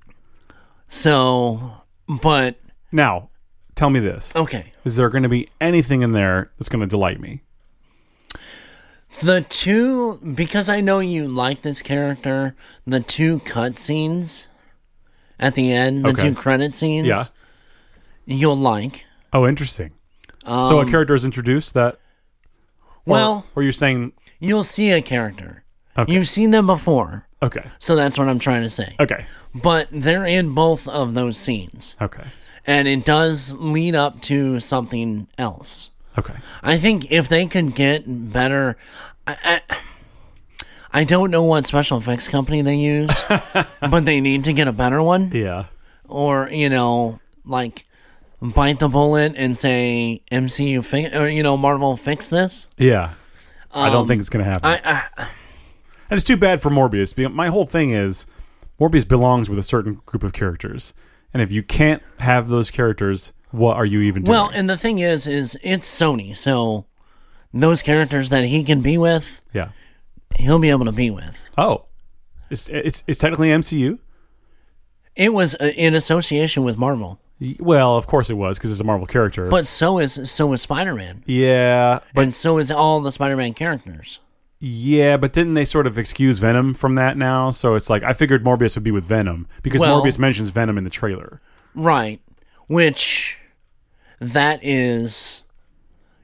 Speaker 2: so but
Speaker 1: Now, tell me this.
Speaker 2: okay.
Speaker 1: Is there going to be anything in there that's going to delight me?
Speaker 2: The two, because I know you like this character, the two cutscenes at the end, the
Speaker 1: Okay.
Speaker 2: two credit scenes,
Speaker 1: Yeah.
Speaker 2: you'll like.
Speaker 1: Oh, interesting. so a character is introduced that. or-
Speaker 2: Um, Well,
Speaker 1: or you're saying
Speaker 2: you'll see a character.
Speaker 1: Okay.
Speaker 2: You've seen them before,
Speaker 1: okay,
Speaker 2: so that's what I'm trying to say.
Speaker 1: okay,
Speaker 2: But they're in both of those scenes,
Speaker 1: okay,
Speaker 2: and it does lead up to something else.
Speaker 1: okay.
Speaker 2: I think if they could get better, I, I, I don't know what special effects company they use,
Speaker 1: <laughs>
Speaker 2: but they need to get a better one,
Speaker 1: Yeah,
Speaker 2: or you know, like bite the bullet and say MCU fi- or you know Marvel fix this.
Speaker 1: yeah. I don't think it's going to happen.
Speaker 2: Um, I, I
Speaker 1: and it's too bad for Morbius. be- My whole thing is Morbius belongs with a certain group of characters, and if you can't have those characters, what are you even doing?
Speaker 2: well, and the thing is, is it's Sony, so those characters that he can be with,
Speaker 1: yeah.
Speaker 2: he'll be able to be with.
Speaker 1: Oh, it's it's it's technically MCU.
Speaker 2: It was uh, in association with Marvel,
Speaker 1: Y- Well, of course it was because it's a Marvel character.
Speaker 2: but so is so is Spider Man.
Speaker 1: yeah,
Speaker 2: and so is all the Spider-Man characters.
Speaker 1: Yeah, but didn't they sort of excuse Venom from that now? So it's like I figured Morbius would be with Venom because
Speaker 2: Well-
Speaker 1: Morbius mentions Venom in the trailer.
Speaker 2: Right. Which that is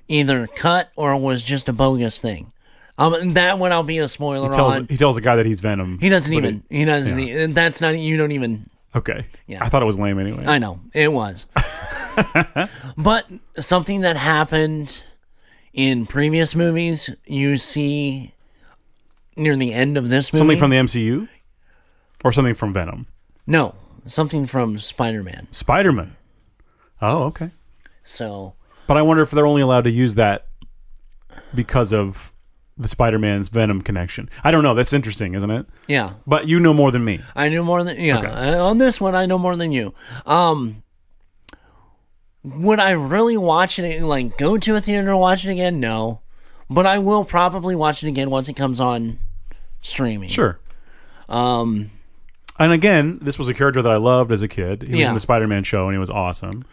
Speaker 2: either cut or was just a bogus thing. Um that one I'll be a spoiler
Speaker 1: He tells
Speaker 2: on.
Speaker 1: he tells the guy that he's Venom.
Speaker 2: He doesn't
Speaker 1: but
Speaker 2: even he doesn't
Speaker 1: yeah.
Speaker 2: e- that's not you don't even
Speaker 1: okay.
Speaker 2: Yeah. Uh,
Speaker 1: I thought it was lame anyway.
Speaker 2: I know.
Speaker 1: <laughs>
Speaker 2: It was. but something that happened in previous movies you see near the end of this movie.
Speaker 1: something from the MCU or something from Venom.
Speaker 2: No, something from Spider-Man.
Speaker 1: Spider Man. Oh, okay.
Speaker 2: So
Speaker 1: But I wonder if they're only allowed to use that because of the Spider Man's Venom connection. I don't know. That's interesting, isn't it?
Speaker 2: yeah.
Speaker 1: But you know more than me.
Speaker 2: I knew more than yeah. uh, On this one, I know more than you. Um, would I really watch it? Like, go to a theater and watch it again? No, but I will probably watch it again once it comes on streaming.
Speaker 1: Sure. Um, and again, this was a character that I loved as a kid. He was
Speaker 2: Yeah.
Speaker 1: in the Spider-Man show, and he was awesome.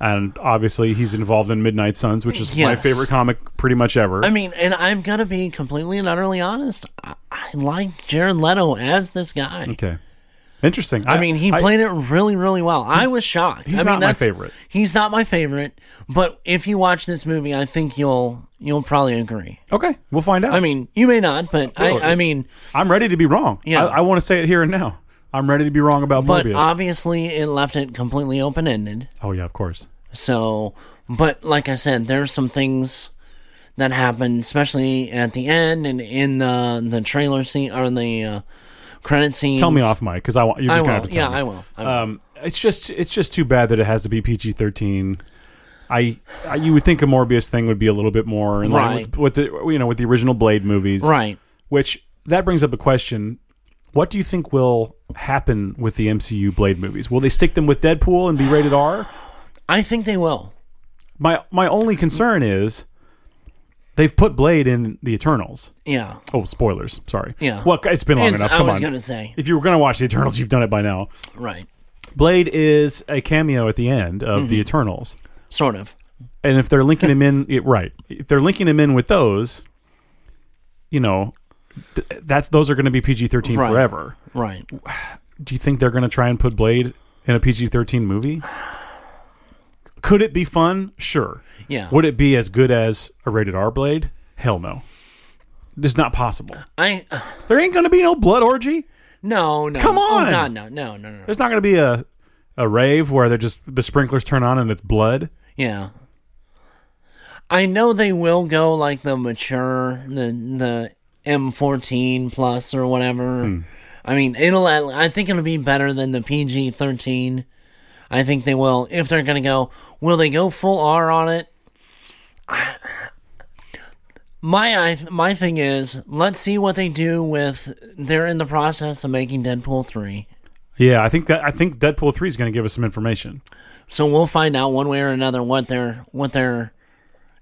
Speaker 1: And obviously, he's involved in Midnight Suns, which is my
Speaker 2: Yes.
Speaker 1: favorite comic, pretty much ever.
Speaker 2: I mean, and I'm gonna be completely and utterly honest. I, I like Jared Leto as this guy.
Speaker 1: okay, interesting.
Speaker 2: I mean, he played it really, really well. I was shocked.
Speaker 1: he's
Speaker 2: I mean,
Speaker 1: not my
Speaker 2: that's-
Speaker 1: favorite.
Speaker 2: He's not my favorite, but if you watch this movie, I think you'll you'll probably agree.
Speaker 1: okay, we'll find out.
Speaker 2: I mean, you may not, but
Speaker 1: Really?
Speaker 2: I, I mean,
Speaker 1: I'm ready to be wrong.
Speaker 2: Yeah.
Speaker 1: I, I want to say it here and now. I'm ready to be wrong about
Speaker 2: but uh,
Speaker 1: Morbius.
Speaker 2: obviously it left it completely open ended.
Speaker 1: oh yeah, of course.
Speaker 2: So, but like I said, there's some things that happen, especially at the end and in the the trailer scene or the uh, credit scene.
Speaker 1: Tell me off, Mike, because I want you're
Speaker 2: I
Speaker 1: just gonna
Speaker 2: will.
Speaker 1: have to tell
Speaker 2: Yeah,
Speaker 1: me.
Speaker 2: I will. I will.
Speaker 1: Um, it's just it's just too bad that it has to be PG thirteen. I, I you would think a Morbius thing would be a little bit more in line
Speaker 2: Right.
Speaker 1: with, with the you know with the original Blade movies,
Speaker 2: right.
Speaker 1: Which that brings up a question: What do you think will happen with the MCU Blade movies? Will they stick them with Deadpool and be rated R?
Speaker 2: I think they will.
Speaker 1: My my only concern is they've put Blade in the Eternals.
Speaker 2: Yeah.
Speaker 1: Oh, spoilers! Sorry.
Speaker 2: Yeah.
Speaker 1: Well, it's been long
Speaker 2: It's-
Speaker 1: enough.
Speaker 2: I
Speaker 1: Come
Speaker 2: was
Speaker 1: on.
Speaker 2: gonna say
Speaker 1: if you were going to watch the Eternals, you've done it by now.
Speaker 2: right.
Speaker 1: Blade is a cameo at the end of
Speaker 2: Mm-hmm.
Speaker 1: the Eternals.
Speaker 2: Sort of.
Speaker 1: and if they're linking him in <laughs> it, right if they're linking him in with those you know th- that's those are going to be pg-13
Speaker 2: Right.
Speaker 1: forever
Speaker 2: Right.
Speaker 1: do you think they're going to try and put blade in a pg-13 movie Could it be fun? Sure.
Speaker 2: Yeah.
Speaker 1: Would it be as good as a rated R blade? Hell no. It's not possible.
Speaker 2: I uh,
Speaker 1: There ain't going to be no blood orgy.
Speaker 2: no no.
Speaker 1: Come
Speaker 2: Oh,
Speaker 1: on!
Speaker 2: God, no no no no no.
Speaker 1: There's not going to be a a rave where they're just the sprinklers turn on and it's blood.
Speaker 2: Yeah. I know they will go like the mature the the M14 plus or whatever. I mean, it'll at- I think it'll be better than the PG13. I think they will if they're going to go. Will they go full R on it? <sighs> My I- my thing is, let's see what they do with they're in the process of making Deadpool 3.
Speaker 1: Yeah, I think that I think Deadpool three is going to give us some information.
Speaker 2: So we'll find out one way or another what their what their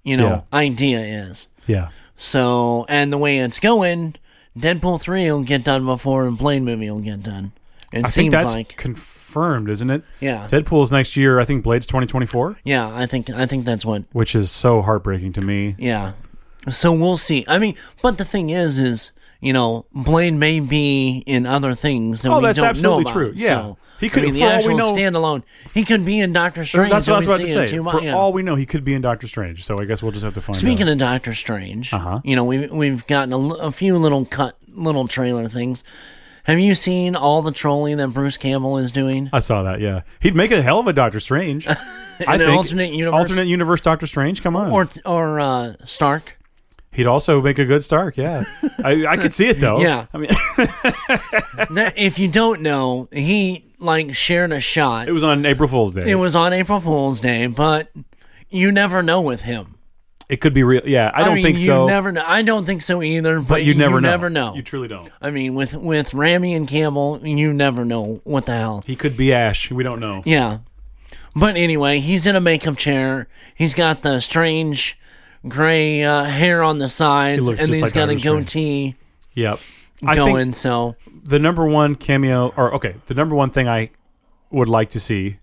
Speaker 2: you know
Speaker 1: Yeah.
Speaker 2: idea is.
Speaker 1: Yeah,
Speaker 2: So and the way it's going, Deadpool three will get done before the Blade movie will get done. It
Speaker 1: I think
Speaker 2: seems
Speaker 1: that's
Speaker 2: like
Speaker 1: confirmed, isn't it?
Speaker 2: yeah
Speaker 1: Deadpool's next year. I think Blade's 2024,
Speaker 2: yeah I think I think that's what
Speaker 1: which is so heartbreaking to me.
Speaker 2: yeah. So we'll see. I mean, but the thing is, is you know, Blade may be in other things that
Speaker 1: Oh,
Speaker 2: we
Speaker 1: that's
Speaker 2: don't know
Speaker 1: absolutely
Speaker 2: about.
Speaker 1: true. Yeah.
Speaker 2: so,
Speaker 1: He could-
Speaker 2: I mean, the
Speaker 1: for all we
Speaker 2: actual
Speaker 1: know-
Speaker 2: standalone. He could be in Doctor Strange.
Speaker 1: That's what I was
Speaker 2: and we
Speaker 1: about to
Speaker 2: see
Speaker 1: say.
Speaker 2: it too much.
Speaker 1: For
Speaker 2: Yeah.
Speaker 1: all we know, he could be in Doctor Strange. So I guess we'll just have to find
Speaker 2: Speaking
Speaker 1: out.
Speaker 2: of Doctor Strange,
Speaker 1: Uh-huh.
Speaker 2: you know we've we've gotten a, l- a few little cut little trailer things. Have you seen all the trolling that Bruce Campbell is doing?
Speaker 1: I saw that. Yeah, he'd make a hell of a Doctor
Speaker 2: <laughs>
Speaker 1: Strange. I
Speaker 2: an
Speaker 1: think
Speaker 2: alternate universe?
Speaker 1: alternate universe Doctor Strange. Come on,
Speaker 2: Or or uh, Stark?
Speaker 1: he'd also make a good Stark.
Speaker 2: <laughs>
Speaker 1: Yeah, I, I could see it though.
Speaker 2: Yeah.
Speaker 1: I mean, <laughs>
Speaker 2: There- if you don't know, he like shared a shot.
Speaker 1: it was on April Fool's Day.
Speaker 2: It was on April Fool's Day, but you never know with him.
Speaker 1: It could be real. Yeah, I don't
Speaker 2: mean,
Speaker 1: think
Speaker 2: you
Speaker 1: so.
Speaker 2: Never know. I don't think so either. But,
Speaker 1: but you never know.
Speaker 2: Never know.
Speaker 1: You truly don't.
Speaker 2: I mean, with with Rami and Campbell, you never know what the hell.
Speaker 1: He could be Ash. We don't know.
Speaker 2: Yeah. But anyway, he's in a makeup chair. He's got the strange gray uh, hair on the sides,
Speaker 1: looks
Speaker 2: and
Speaker 1: just like
Speaker 2: he's got a
Speaker 1: Doctor Strange.
Speaker 2: goatee
Speaker 1: Yep. I
Speaker 2: going.
Speaker 1: think
Speaker 2: so
Speaker 1: the number one cameo, or okay, the number one thing I would like to see.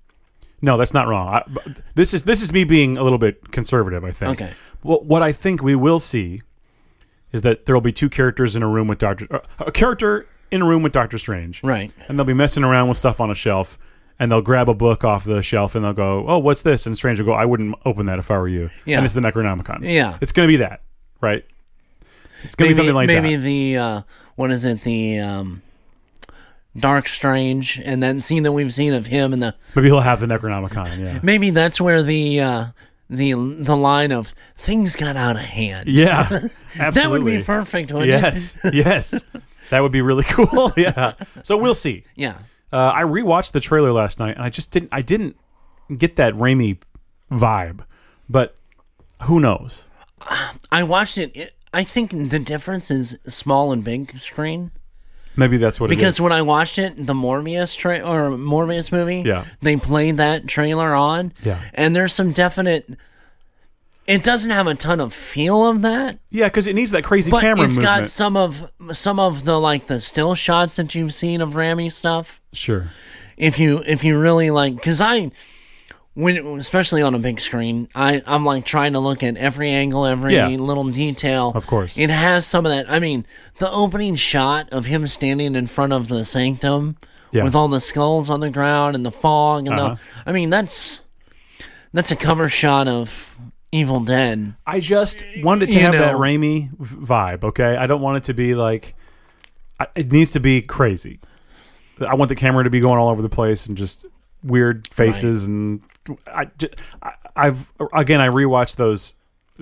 Speaker 1: No, that's not wrong. I, but this is this is me being a little bit conservative. I think.
Speaker 2: Okay.
Speaker 1: What what I think we will see is that there will be two characters in a room with Doctor, uh, a character in a room with Doctor Strange,
Speaker 2: right,
Speaker 1: and they'll be messing around with stuff on a shelf. And they'll grab a book off the shelf and they'll go, "Oh, what's this?" And Strange will go, "I wouldn't open that if I were you."
Speaker 2: Yeah.
Speaker 1: And it's the Necronomicon.
Speaker 2: Yeah.
Speaker 1: It's going to be that, right? It's going to
Speaker 2: maybe
Speaker 1: be something like
Speaker 2: maybe
Speaker 1: that.
Speaker 2: the uh, what is it the um, Dark Strange, and that scene that we've seen of him and the
Speaker 1: Maybe he'll have the Necronomicon.
Speaker 2: <laughs>
Speaker 1: Yeah.
Speaker 2: maybe that's where the uh, the the line of things got out of hand.
Speaker 1: Yeah, absolutely.
Speaker 2: that would be perfect, wouldn't it?
Speaker 1: Yes, yes, that would be really <laughs> cool. Yeah. So we'll see.
Speaker 2: Yeah,
Speaker 1: Uh, I rewatched the trailer last night, and I just didn't. I didn't get that Raimi vibe, but who knows?
Speaker 2: I watched it. it I think the difference is small and big screen.
Speaker 1: Maybe that's what
Speaker 2: Because
Speaker 1: it
Speaker 2: when I watched it, the Morbius tra- or Morbius movie,
Speaker 1: Yeah.
Speaker 2: they played that trailer on,
Speaker 1: Yeah.
Speaker 2: and there's some definite. It doesn't have a ton of feel of that,
Speaker 1: is. Yeah, because it needs that crazy
Speaker 2: but it's
Speaker 1: camera movement.
Speaker 2: got some of some of the like the still shots that you've seen of Rami stuff.
Speaker 1: sure.
Speaker 2: If you if you really like, because I when especially on a big screen, I I'm like trying to look at every angle, every
Speaker 1: Yeah.
Speaker 2: little detail.
Speaker 1: Of course.
Speaker 2: it has some of that. I mean, the opening shot of him standing in front of the sanctum
Speaker 1: Yeah. Uh-huh.
Speaker 2: with all the skulls on the ground and the fog and the. I mean, that's that's a cover shot of Evil Dead.
Speaker 1: I just wanted it to
Speaker 2: You
Speaker 1: have that
Speaker 2: know.
Speaker 1: Raimi v- vibe. Okay, I don't want it to be like. I, it needs to be crazy. I want the camera to be going all over the place and just weird faces and I, ju- I, I've again I rewatched those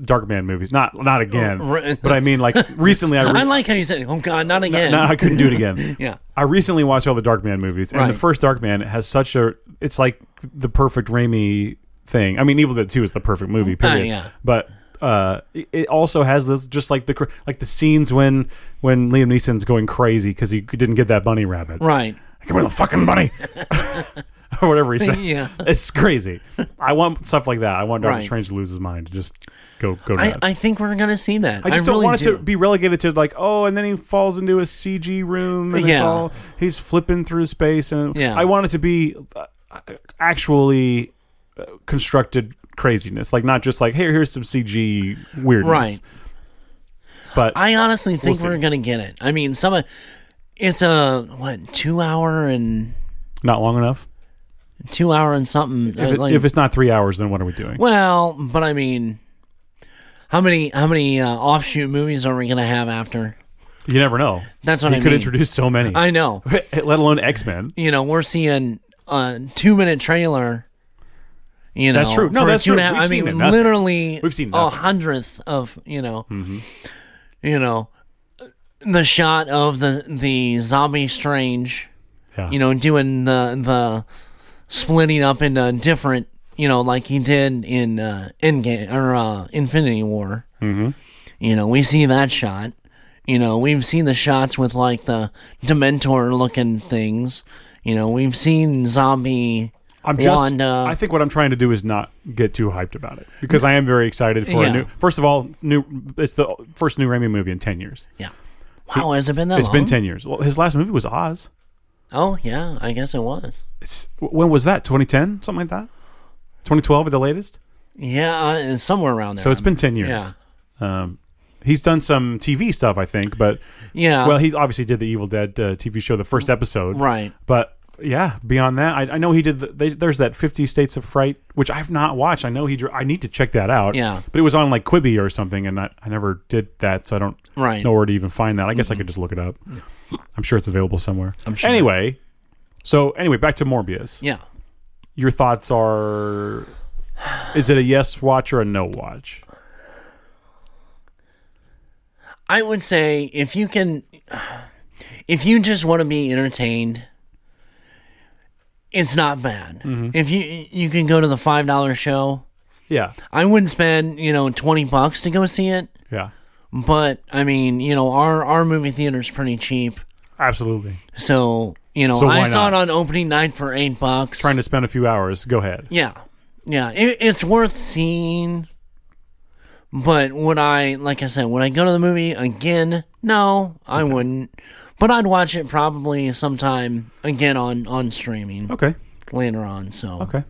Speaker 1: Dark Man movies. Not not again,
Speaker 2: Oh, right.
Speaker 1: but I mean
Speaker 2: <laughs>
Speaker 1: like recently I.
Speaker 2: I
Speaker 1: Re-
Speaker 2: like how you said, "Oh God, not <laughs> again."
Speaker 1: no, I couldn't do it again.
Speaker 2: <laughs> Yeah.
Speaker 1: I recently watched all the Dark Man movies, and the
Speaker 2: Right.
Speaker 1: first Dark Man has such a. It's like the perfect Raimi thing. I mean, Evil Dead Two is the perfect movie. Period.
Speaker 2: yeah.
Speaker 1: But uh, it- it also has this just like the cr- like the scenes when when Liam Neeson's going crazy because he didn't get that bunny rabbit.
Speaker 2: right?
Speaker 1: Give me the fucking bunny. <laughs> or whatever he says.
Speaker 2: Yeah.
Speaker 1: It's crazy. I want stuff like that. I want Doctor
Speaker 2: Right.
Speaker 1: Strange to lose his mind. to Just go go
Speaker 2: I,
Speaker 1: nuts.
Speaker 2: I think we're gonna see that.
Speaker 1: I just don't
Speaker 2: really
Speaker 1: want it
Speaker 2: do.
Speaker 1: to be relegated to like, oh, and then he falls into a CG room and it's
Speaker 2: Yeah.
Speaker 1: all he's flipping through space and
Speaker 2: Yeah.
Speaker 1: I want it to be uh, actually uh, constructed craziness, like not just like, here, here's some CG weirdness.
Speaker 2: Right.
Speaker 1: But
Speaker 2: I honestly think
Speaker 1: see.
Speaker 2: we are gonna get it. I mean, some. of- It's a what two hour and
Speaker 1: not long enough.
Speaker 2: two hour and something.
Speaker 1: If,
Speaker 2: uh,
Speaker 1: it,
Speaker 2: like-
Speaker 1: if it's not three hours, then what are we doing?
Speaker 2: well, but I mean, how many how many uh, offshoot movies are we gonna have after?
Speaker 1: You never know.
Speaker 2: That's what
Speaker 1: he
Speaker 2: I
Speaker 1: could
Speaker 2: mean.
Speaker 1: introduce so many, <laughs>
Speaker 2: I know.
Speaker 1: let alone X Men.
Speaker 2: You know, we're seeing a two minute trailer. You know,
Speaker 1: That's true. No,
Speaker 2: for a
Speaker 1: that's
Speaker 2: two and
Speaker 1: true.
Speaker 2: a half-
Speaker 1: We've
Speaker 2: I
Speaker 1: seen
Speaker 2: mean,
Speaker 1: nothing.
Speaker 2: literally,
Speaker 1: We've seen
Speaker 2: a
Speaker 1: nothing. Mm-hmm.
Speaker 2: hundredth of you know, you know, the shot of the the zombie strange.
Speaker 1: Yeah.
Speaker 2: you know, doing the the splitting up into different, you know, like he did in uh, Endgame or uh, Infinity War. Mm-hmm. You know, we see that shot. You know, we've seen the shots with like the Dementor looking things. You know, we've seen zombie.
Speaker 1: I'm just.
Speaker 2: Wanda.
Speaker 1: I think what I'm trying to do is not get too hyped about it because I am very excited for
Speaker 2: Yeah.
Speaker 1: a new. First of all, new. It's the first new Raimi movie in ten years.
Speaker 2: Yeah. Wow, has it been that
Speaker 1: It's
Speaker 2: long?
Speaker 1: been ten years. Well, his last movie was Oz.
Speaker 2: Oh yeah, I guess it was.
Speaker 1: It's, when was that? 2010, something like that. 2012 at the latest.
Speaker 2: Yeah, uh, it's somewhere around there.
Speaker 1: So it's been ten years. Um, he's done some TV stuff, I think, but
Speaker 2: yeah.
Speaker 1: well, he obviously did the Evil Dead uh, TV show, the first episode,
Speaker 2: right.
Speaker 1: But yeah, beyond that, I, I know he did. The, they, there's that Fifty States of Fright, which I've not watched. I know he. drew- I need to check that out.
Speaker 2: Yeah.
Speaker 1: but it was on like Quibi or something, and I, I never did that, so I don't
Speaker 2: Right. Mm-hmm.
Speaker 1: know where to even find that. I guess I could just look it up. I'm sure it's available somewhere.
Speaker 2: I'm sure.
Speaker 1: Anyway, so anyway, back to Morbius.
Speaker 2: Yeah.
Speaker 1: Your thoughts are? Is it a yes watch or a no watch?
Speaker 2: I would say if you can, if you just want to be entertained, it's not bad.
Speaker 1: Mm-hmm.
Speaker 2: If you you can go to the five dollar show,
Speaker 1: Yeah,
Speaker 2: I wouldn't spend you know twenty bucks to go see it.
Speaker 1: yeah,
Speaker 2: But I mean, you know, our our movie theater's pretty cheap,
Speaker 1: absolutely.
Speaker 2: so you know,
Speaker 1: So why
Speaker 2: I saw it
Speaker 1: not?
Speaker 2: on opening night for eight bucks.
Speaker 1: Trying to spend a few hours. Go ahead.
Speaker 2: Yeah, yeah, it, it's worth seeing. But would I, like I said, would I go to the movie again? No, I wouldn't. But I'd watch it probably sometime again on on streaming
Speaker 1: Okay,
Speaker 2: later on. So
Speaker 1: okay.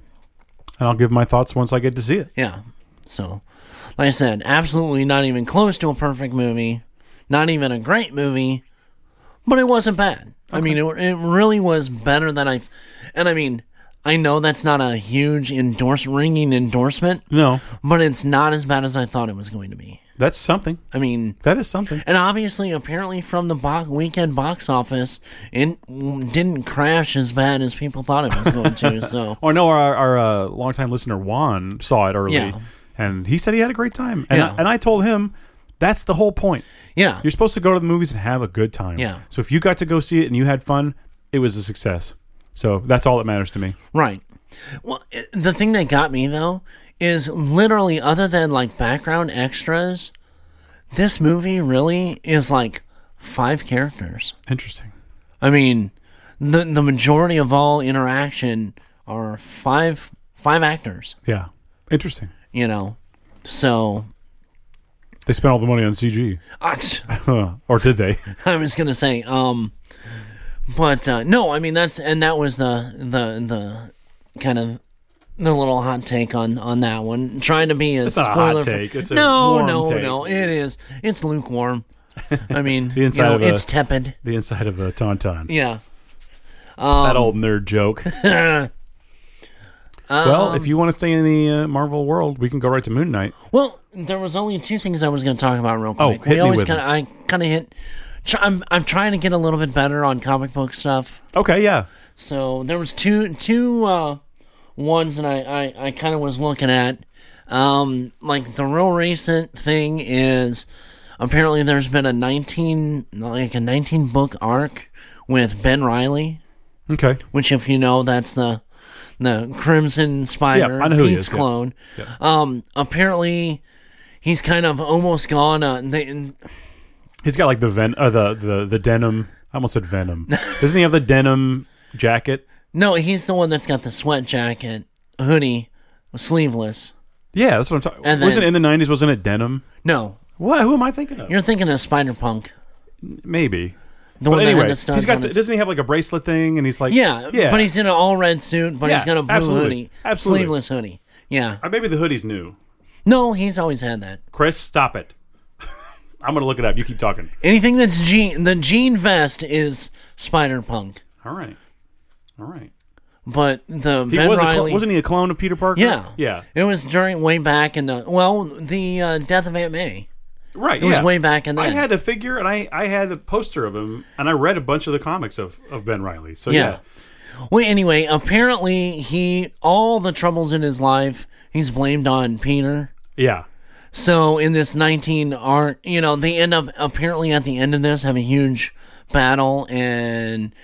Speaker 1: And I'll give my thoughts once I get to see it.
Speaker 2: yeah, so like I said, absolutely not even close to a perfect movie, not even a great movie, but it wasn't bad. I mean, it, it really was better than I, and I mean, I know that's not a huge endorse ringing endorsement.
Speaker 1: No,
Speaker 2: but it's not as bad as I thought it was going to be.
Speaker 1: that's something.
Speaker 2: I mean,
Speaker 1: That is something.
Speaker 2: and obviously, apparently, from the bo- weekend box office, it didn't crash as bad as people thought it was going to. So, <laughs>
Speaker 1: Or no, our, our uh, longtime listener Juan saw it early,
Speaker 2: Yeah.
Speaker 1: and he said he had a great time. And,
Speaker 2: Yeah.
Speaker 1: I, and I told him that's the whole point.
Speaker 2: yeah,
Speaker 1: You're supposed to go to the movies and have a good time.
Speaker 2: Yeah.
Speaker 1: So if you got to go see it and you had fun, it was a success. So that's all that matters to me.
Speaker 2: right. Well, it, the thing that got me though is literally, other than like background extras, this movie really is like five characters.
Speaker 1: Interesting.
Speaker 2: I mean, the the majority of all interaction are five five actors.
Speaker 1: Yeah. Interesting.
Speaker 2: You know, so
Speaker 1: They spent all the money on CG,
Speaker 2: I,
Speaker 1: <laughs> or did they?
Speaker 2: I was gonna say, um, but uh, no, I mean that's and that was the the the kind of the little hot take on on that one. Trying to be a
Speaker 1: not a hot
Speaker 2: spoiler fr-
Speaker 1: take, it's a
Speaker 2: no,
Speaker 1: warm
Speaker 2: no,
Speaker 1: take.
Speaker 2: no. It is. It's lukewarm. I mean,
Speaker 1: <laughs> The inside
Speaker 2: you know,
Speaker 1: of a-
Speaker 2: it's tepid.
Speaker 1: the inside of a tauntaun.
Speaker 2: <laughs> Yeah, Um,
Speaker 1: that old nerd joke. well,
Speaker 2: um,
Speaker 1: if you want to stay in the uh, Marvel world, we can go right to Moon Knight.
Speaker 2: Well, there was only two things I was going to talk about real quick.
Speaker 1: Oh, hit
Speaker 2: we
Speaker 1: me
Speaker 2: always
Speaker 1: with
Speaker 2: kind of I kind of hit. tr- I'm I'm trying to get a little bit better on comic book stuff.
Speaker 1: Okay, yeah.
Speaker 2: So there was two two uh, ones that I, I, I kind of was looking at. Um, like the real recent thing is apparently there's been a 19 like a 19 book arc with Ben Riley,
Speaker 1: Okay.
Speaker 2: which if you know that's the the Crimson Spider
Speaker 1: I know who he
Speaker 2: Pete's
Speaker 1: is, yeah.
Speaker 2: clone. Um, apparently he's kind of almost gone. Uh, they,
Speaker 1: He's got like the ven uh, the, the the denim. I almost said
Speaker 2: <laughs>
Speaker 1: venom. Doesn't he have the denim jacket?
Speaker 2: no, he's the one that's got the sweat jacket hoodie, sleeveless.
Speaker 1: Yeah, that's what I'm talking.
Speaker 2: And
Speaker 1: Wasn't
Speaker 2: then-
Speaker 1: it in the '90s? Wasn't it denim?
Speaker 2: No,
Speaker 1: What? Who am I thinking of?
Speaker 2: You're thinking of Spider Punk,
Speaker 1: Maybe.
Speaker 2: the
Speaker 1: But
Speaker 2: one that
Speaker 1: anyway,
Speaker 2: had the
Speaker 1: he's
Speaker 2: studs
Speaker 1: got.
Speaker 2: on
Speaker 1: The,
Speaker 2: his.
Speaker 1: doesn't he have like a bracelet thing? And he's like,
Speaker 2: yeah,
Speaker 1: yeah.
Speaker 2: but he's in an all red suit, but he's
Speaker 1: Yeah,
Speaker 2: got a blue
Speaker 1: absolutely,
Speaker 2: hoodie,
Speaker 1: absolutely.
Speaker 2: sleeveless hoodie. Yeah,
Speaker 1: Uh, maybe the hoodie's new.
Speaker 2: no, he's always had that.
Speaker 1: Chris, stop it. <laughs> I'm gonna look it up. You keep talking.
Speaker 2: Anything that's jean, the jean vest is Spider Punk.
Speaker 1: All right. All right.
Speaker 2: But the
Speaker 1: He
Speaker 2: Ben
Speaker 1: was a
Speaker 2: Riley,
Speaker 1: clo- wasn't he a clone of Peter Parker?
Speaker 2: yeah,
Speaker 1: yeah,
Speaker 2: It was during way back in the well, the uh, death of Aunt May.
Speaker 1: right.
Speaker 2: It was
Speaker 1: yeah.
Speaker 2: way back in
Speaker 1: I
Speaker 2: then.
Speaker 1: had a figure and I, I had a poster of him and I read a bunch of the comics of, of Ben Riley. So yeah.
Speaker 2: Yeah. Well, anyway, apparently he all the troubles in his life he's blamed on Peter.
Speaker 1: Yeah.
Speaker 2: So in this 19 arc, you know, they end up apparently at the end of this have a huge battle, and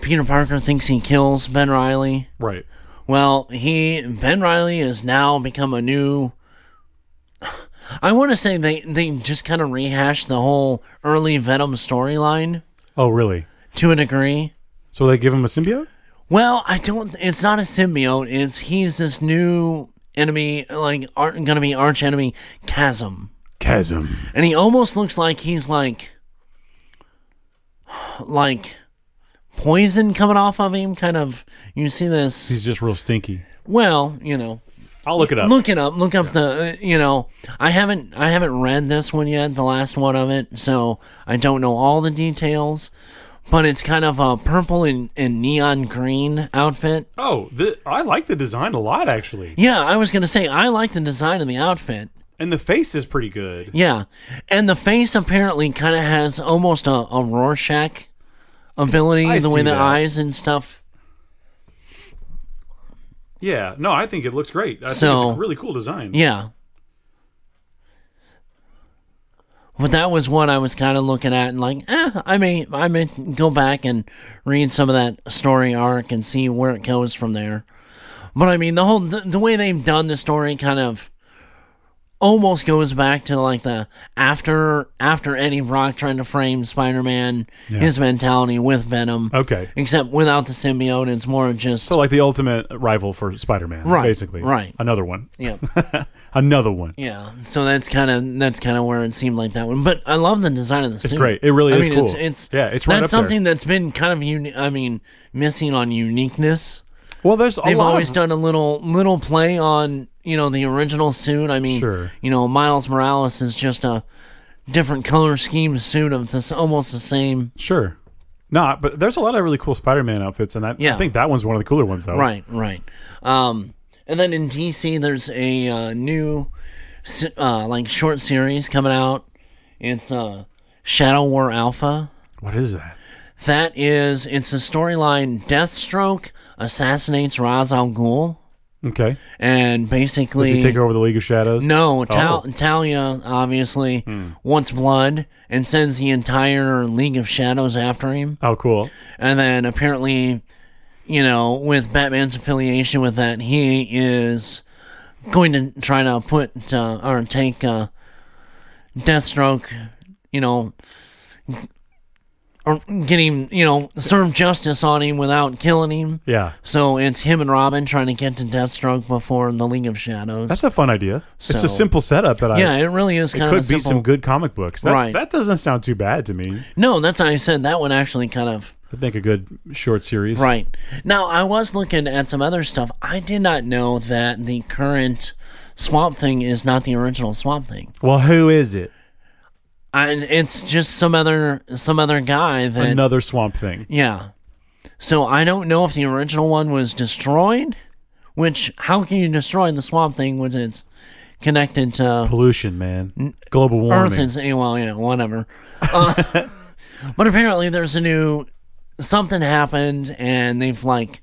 Speaker 2: Peter Parker thinks he kills Ben Riley.
Speaker 1: Right.
Speaker 2: Well, he Ben Riley has now become a new. I want to say they they just kind of rehashed the whole early Venom storyline
Speaker 1: Oh really?
Speaker 2: to a degree.
Speaker 1: So they give him a symbiote?
Speaker 2: Well, I don't. It's not a symbiote. It's he's this new enemy, like are gonna be arch enemy Chasm,
Speaker 1: Chasm.
Speaker 2: and he almost looks like he's like, like poison coming off of him. Kind of. You see this?
Speaker 1: He's just real stinky.
Speaker 2: Well, you know.
Speaker 1: I'll look it up.
Speaker 2: Look it up. Look up the. Uh, you know, I haven't. I haven't read this one yet. The last one of it, so I don't know all the details. But it's kind of a purple and, and neon green outfit.
Speaker 1: Oh, the, I like the design a lot actually.
Speaker 2: Yeah, I was gonna say I like the design of the outfit.
Speaker 1: And the face is pretty good.
Speaker 2: Yeah, and the face apparently kind of has almost a, a Rorschach ability,
Speaker 1: I
Speaker 2: the way
Speaker 1: see
Speaker 2: the
Speaker 1: that.
Speaker 2: eyes and stuff.
Speaker 1: Yeah. No, I think it looks great. I think
Speaker 2: So-
Speaker 1: it's a really cool design.
Speaker 2: Yeah. But that was what I was kind of looking at, and like, eh, I may, I may go back and read some of that story arc and see where it goes from there. But I mean, the whole the, the way they've done the story kind of almost goes back to like the after after Eddie Brock trying to frame Spider Man, his mentality with Venom,
Speaker 1: Okay.
Speaker 2: except without the symbiote. It's more of just
Speaker 1: Uh, So like the ultimate rival for Spider-Man,
Speaker 2: Right,
Speaker 1: basically.
Speaker 2: right.
Speaker 1: Another one. <laughs>
Speaker 2: yeah.
Speaker 1: Another one.
Speaker 2: Yeah, so that's kind of that's kind of where it seemed like that one. But I love the design of the suit.
Speaker 1: great. It really
Speaker 2: I
Speaker 1: is
Speaker 2: mean, It's,
Speaker 1: cool.
Speaker 2: it's
Speaker 1: Yeah, it's right
Speaker 2: that's
Speaker 1: up there.
Speaker 2: something that's been kind of uni- I mean, missing on uniqueness.
Speaker 1: Well, there's a
Speaker 2: They've
Speaker 1: lot
Speaker 2: always
Speaker 1: of,
Speaker 2: done a little little play on you know the original suit. I mean,
Speaker 1: Sure.
Speaker 2: you know Miles Morales is just a different color scheme suit of this almost the same.
Speaker 1: Sure. Not, but there's a lot of really cool Spider-Man outfits, and I, I
Speaker 2: Yeah.
Speaker 1: think that one's one of the cooler ones, though.
Speaker 2: Right, right. Um, and then in DC, there's a uh, new s- uh, like short series coming out. It's uh, Shadow War Alpha.
Speaker 1: What is that?
Speaker 2: That is, it's a storyline. Deathstroke assassinates Ra's al Ghul,
Speaker 1: Okay.
Speaker 2: and basically,
Speaker 1: Does he take over the League of Shadows?
Speaker 2: no, Tal-
Speaker 1: Oh. Hmm.
Speaker 2: Talia obviously wants blood and sends the entire League of Shadows after him.
Speaker 1: Oh, cool.
Speaker 2: And then apparently, you know, with Batman's affiliation with that, he is going to try to put uh, or take uh, Deathstroke, you know, or get him, you know, serve justice on him without killing him.
Speaker 1: Yeah.
Speaker 2: So it's him and Robin trying to get to Deathstroke before the League of Shadows.
Speaker 1: That's a fun idea. it's a
Speaker 2: So-
Speaker 1: simple setup, but
Speaker 2: yeah,
Speaker 1: I
Speaker 2: it really is kind
Speaker 1: could
Speaker 2: of a
Speaker 1: be
Speaker 2: simple.
Speaker 1: some good comic books. That,
Speaker 2: Right.
Speaker 1: That doesn't sound too bad to me.
Speaker 2: no, that's how I said that one actually kind of
Speaker 1: That'd make a good short series.
Speaker 2: Right. Now, I was looking at some other stuff. I did not know that the current Swamp Thing is not the original Swamp Thing.
Speaker 1: Well, who is it?
Speaker 2: I, it's just some other some other guy that
Speaker 1: Another Swamp Thing.
Speaker 2: yeah. So I don't know if the original one was destroyed, which how can you destroy the Swamp Thing when it's connected to
Speaker 1: Pollution, man. Global warming.
Speaker 2: Earth is eh, well, you know, whatever.
Speaker 1: <laughs>
Speaker 2: Uh, but apparently, there's a new something happened, and they've like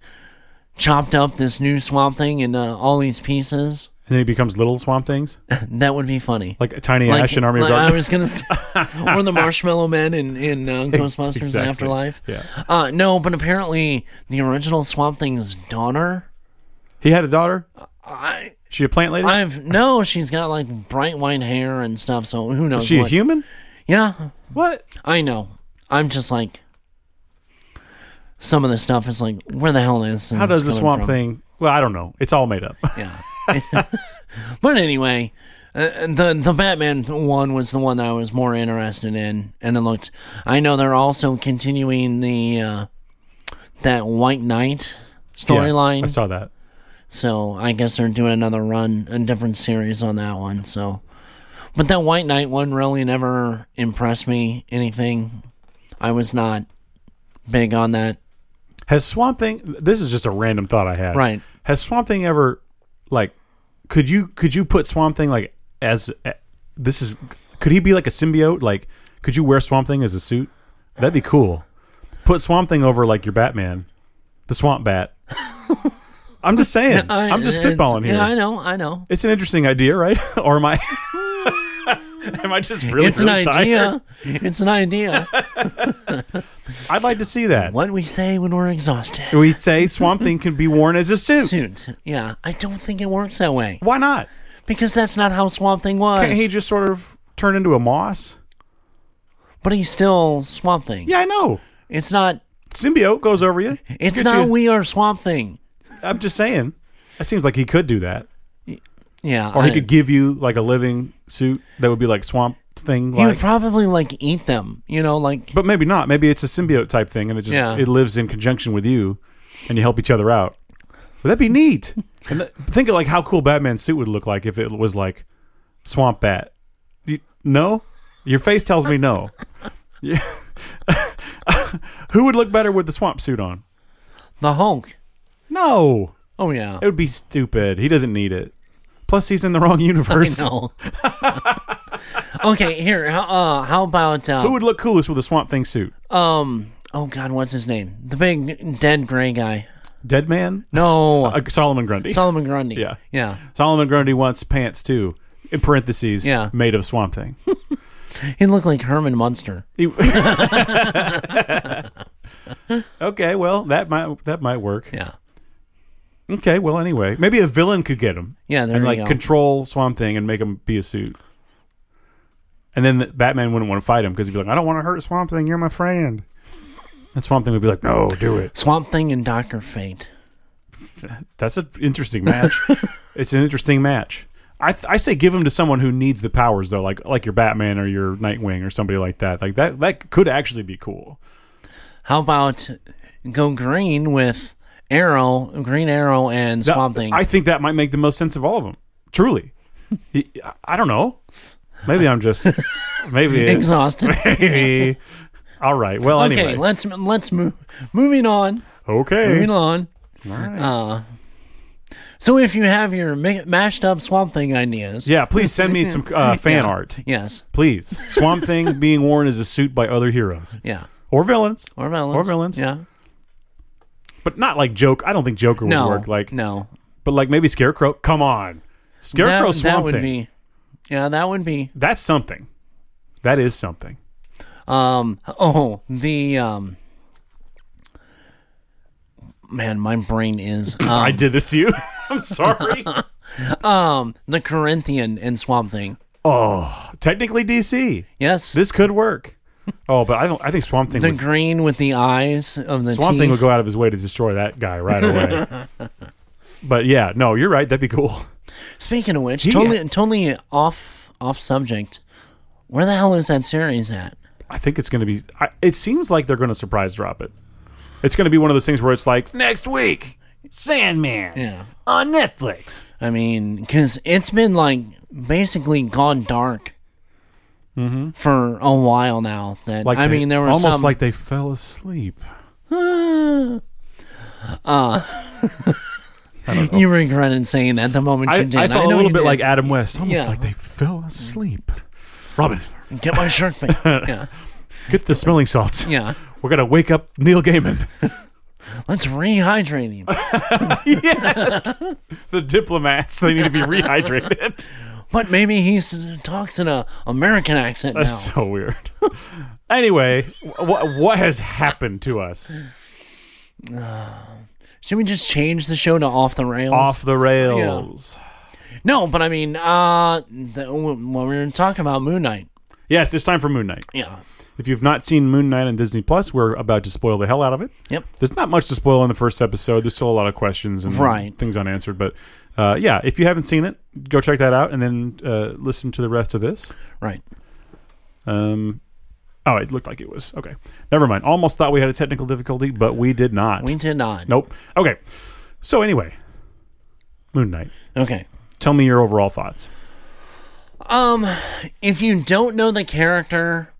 Speaker 2: chopped up this new Swamp Thing into all these pieces.
Speaker 1: and then he becomes little Swamp Things,
Speaker 2: That would be funny.
Speaker 1: like Tiny
Speaker 2: Like-
Speaker 1: Ash and Army
Speaker 2: like
Speaker 1: of
Speaker 2: I
Speaker 1: Darkness.
Speaker 2: was gonna,
Speaker 1: <laughs>
Speaker 2: say, one of the Marshmallow Men in in uh, Ghostbusters
Speaker 1: exactly.
Speaker 2: Afterlife.
Speaker 1: Yeah.
Speaker 2: Uh, no, but apparently the original Swamp Thing's Donner.
Speaker 1: He had a daughter.
Speaker 2: I
Speaker 1: She a plant lady?
Speaker 2: I've no, she's got like bright white hair and stuff. So who knows?
Speaker 1: Is she a
Speaker 2: what-
Speaker 1: human?
Speaker 2: Yeah,
Speaker 1: What?
Speaker 2: I know. I'm just like some of this stuff is like where the hell is
Speaker 1: How does the Swamp Thing? Well, I don't know. It's all made up.
Speaker 2: Yeah. but anyway, uh, the the Batman one was the one that I was more interested in, and it looked. I know they're also continuing the uh, that White Knight
Speaker 1: Yeah, I
Speaker 2: storyline,
Speaker 1: saw that.
Speaker 2: so I guess they're doing another run, a different series on that one. So, but that White Knight one really never impressed me anything. I was not big on that
Speaker 1: Has Swamp Thing? This is just a random thought I had.
Speaker 2: Right.
Speaker 1: Has Swamp Thing ever like? Could you could you put Swamp Thing like as eh, this is? Could he be like a symbiote? Like, could you wear Swamp Thing as a suit? That'd be cool. Put Swamp Thing over like your Batman, the Swamp Bat. I'm just saying.
Speaker 2: <laughs> I-
Speaker 1: I'm just
Speaker 2: it's-
Speaker 1: spitballing here.
Speaker 2: Yeah, I know, I know.
Speaker 1: It's an interesting idea, right? <laughs> or am I? am I just really?
Speaker 2: It's an
Speaker 1: really tired? <laughs>
Speaker 2: idea. It's an idea.
Speaker 1: I'd like to see that.
Speaker 2: what we say when we're exhausted.
Speaker 1: We say Swamp Thing can be worn as a suit.
Speaker 2: Suit. Yeah, I don't think it works that way
Speaker 1: Why not?
Speaker 2: because that's not how Swamp Thing was.
Speaker 1: Can't he just sort of turn into a moss?
Speaker 2: but he's still Swamp Thing.
Speaker 1: Yeah, I know.
Speaker 2: It's not.
Speaker 1: Symbiote goes over you.
Speaker 2: It's
Speaker 1: Get
Speaker 2: not.
Speaker 1: you-
Speaker 2: We are Swamp Thing.
Speaker 1: I'm just saying. That seems like he could do that,
Speaker 2: Yeah,
Speaker 1: or he
Speaker 2: I-
Speaker 1: could give you like a living suit that would be like Swamp Thing.
Speaker 2: He would
Speaker 1: Like,
Speaker 2: probably like eat them. You know, like
Speaker 1: but maybe not. Maybe it's a symbiote type thing, and it just
Speaker 2: Yeah.
Speaker 1: it lives in conjunction with you, and you help each other out. Would that be
Speaker 2: <laughs>
Speaker 1: neat? and th- think of like how cool Batman's suit would look like if it was like Swamp Bat. You, no, your face tells me no. <laughs> Yeah. Who would look better with the swamp suit on?
Speaker 2: the Hulk.
Speaker 1: No,
Speaker 2: Oh yeah.
Speaker 1: it would be stupid. He doesn't need it. Plus, he's in the wrong
Speaker 2: <laughs> I
Speaker 1: universe. <laughs>
Speaker 2: know. okay, here. how- Uh, how about uh,
Speaker 1: Who would look coolest with a Swamp Thing suit?
Speaker 2: um? Oh God, what's his name? The big dead gray guy.
Speaker 1: Dead man? <laughs>
Speaker 2: No,
Speaker 1: Uh, Solomon Grundy.
Speaker 2: Solomon Grundy.
Speaker 1: Yeah.
Speaker 2: yeah.
Speaker 1: Solomon Grundy wants pants too. In parentheses,
Speaker 2: Yeah.
Speaker 1: made of Swamp Thing.
Speaker 2: He looked like Herman Munster. <laughs>
Speaker 1: He- <laughs> okay, well that might that might work.
Speaker 2: Yeah,
Speaker 1: Okay, well anyway, maybe a villain could get him
Speaker 2: yeah. There
Speaker 1: and
Speaker 2: you
Speaker 1: like
Speaker 2: go.
Speaker 1: control Swamp Thing and make him be a suit. And then the, Batman wouldn't want to fight him because he'd be like, "I don't want to hurt Swamp Thing. You're my friend." And Swamp Thing would be like, "No, do it."
Speaker 2: Swamp Thing and Doctor Fate.
Speaker 1: That's an interesting
Speaker 2: <laughs>
Speaker 1: match. it's an interesting match. I, th- I say give them to someone who needs the powers though, like like your Batman or your Nightwing or somebody like that. Like that that could actually be cool.
Speaker 2: How about go green with Arrow, Green Arrow, and
Speaker 1: That-
Speaker 2: Swamp Thing?
Speaker 1: I <laughs> think that might make the most sense of all of them. Truly, He- I- I don't know. Maybe I'm
Speaker 2: <laughs>
Speaker 1: just maybe <laughs>
Speaker 2: Exhausted.
Speaker 1: maybe. All right. Well,
Speaker 2: okay,
Speaker 1: anyway.
Speaker 2: let's let's move. Moving on.
Speaker 1: Okay.
Speaker 2: Moving on. Uh, so if you have your ma- mashed up Swamp Thing ideas,
Speaker 1: Yeah. Please send me some
Speaker 2: <laughs>
Speaker 1: uh, fan
Speaker 2: Yeah.
Speaker 1: art.
Speaker 2: yes,
Speaker 1: Please. Swamp
Speaker 2: <laughs>
Speaker 1: Thing being worn as a suit by other heroes
Speaker 2: yeah,
Speaker 1: or villains.
Speaker 2: or villains,
Speaker 1: Or villains.
Speaker 2: yeah,
Speaker 1: But not like joke. I don't think Joker would
Speaker 2: no,
Speaker 1: work. Like,
Speaker 2: no,
Speaker 1: but like maybe Scarecrow. Come on, Scarecrow
Speaker 2: that,
Speaker 1: Swamp
Speaker 2: that would
Speaker 1: Thing.
Speaker 2: be, yeah, that would be,
Speaker 1: That's something. That is something.
Speaker 2: um, oh, the um, man, my brain is,
Speaker 1: <coughs>
Speaker 2: um,
Speaker 1: I did this to you. <laughs> I'm
Speaker 2: <laughs>
Speaker 1: sorry.
Speaker 2: um, the Corinthian and Swamp Thing,
Speaker 1: oh, technically DC.
Speaker 2: yes,
Speaker 1: This could work. Oh, but I don't. I think Swamp Thing.
Speaker 2: the
Speaker 1: Would,
Speaker 2: green with the eyes of the
Speaker 1: Swamp
Speaker 2: teeth.
Speaker 1: Thing would go out of his way to destroy that guy right
Speaker 2: <laughs>
Speaker 1: away. but yeah, no, you're right. That'd be cool.
Speaker 2: Speaking of which, totally, totally off off subject. Where the hell is that series at?
Speaker 1: I think it's going to be. I, it seems like they're going to surprise drop it. It's going to be one of those things where it's like next week, Sandman
Speaker 2: Yeah.
Speaker 1: on Netflix.
Speaker 2: I mean, because it's been like basically gone dark for a while now. That I
Speaker 1: they-
Speaker 2: mean, there were
Speaker 1: Mm-hmm. almost
Speaker 2: some,
Speaker 1: like they fell asleep.
Speaker 2: <laughs> you regretted saying that the moment
Speaker 1: I,
Speaker 2: you did.
Speaker 1: I felt
Speaker 2: know
Speaker 1: a little
Speaker 2: you
Speaker 1: bit
Speaker 2: did.
Speaker 1: like Adam West, almost
Speaker 2: Yeah.
Speaker 1: like they fell asleep. Mm. Robin,
Speaker 2: get my shirt back.
Speaker 1: <laughs>
Speaker 2: yeah,
Speaker 1: get the smelling salts.
Speaker 2: yeah.
Speaker 1: We're gonna wake up Neil <laughs> Gaiman,
Speaker 2: Let's rehydrate him.
Speaker 1: the diplomats. They
Speaker 2: <laughs>
Speaker 1: need to be rehydrated.
Speaker 2: but maybe he s- talks in a American accent now.
Speaker 1: That's so weird. anyway, what what has happened to us?
Speaker 2: Mm. Should we just change the show to off the rails?
Speaker 1: Off the rails.
Speaker 2: No, but I mean, uh, the, when we were talking about Moon Knight,
Speaker 1: Yes, it's time for Moon Knight.
Speaker 2: yeah,
Speaker 1: If you've not seen Moon Knight on Disney Plus, we're about to spoil the hell out of it.
Speaker 2: yep,
Speaker 1: There's not much to spoil in the first episode. There's still a lot of questions and
Speaker 2: Right.
Speaker 1: things unanswered. But uh, yeah, if you haven't seen it, go check that out and then uh, listen to the rest of this.
Speaker 2: right.
Speaker 1: Um, oh, it looked like it was. Okay. Never mind. Almost thought we had a technical difficulty, but we did not.
Speaker 2: We did not.
Speaker 1: nope. Okay. So, anyway, Moon Knight,
Speaker 2: Okay.
Speaker 1: tell me your overall thoughts.
Speaker 2: Um, if you don't know the character,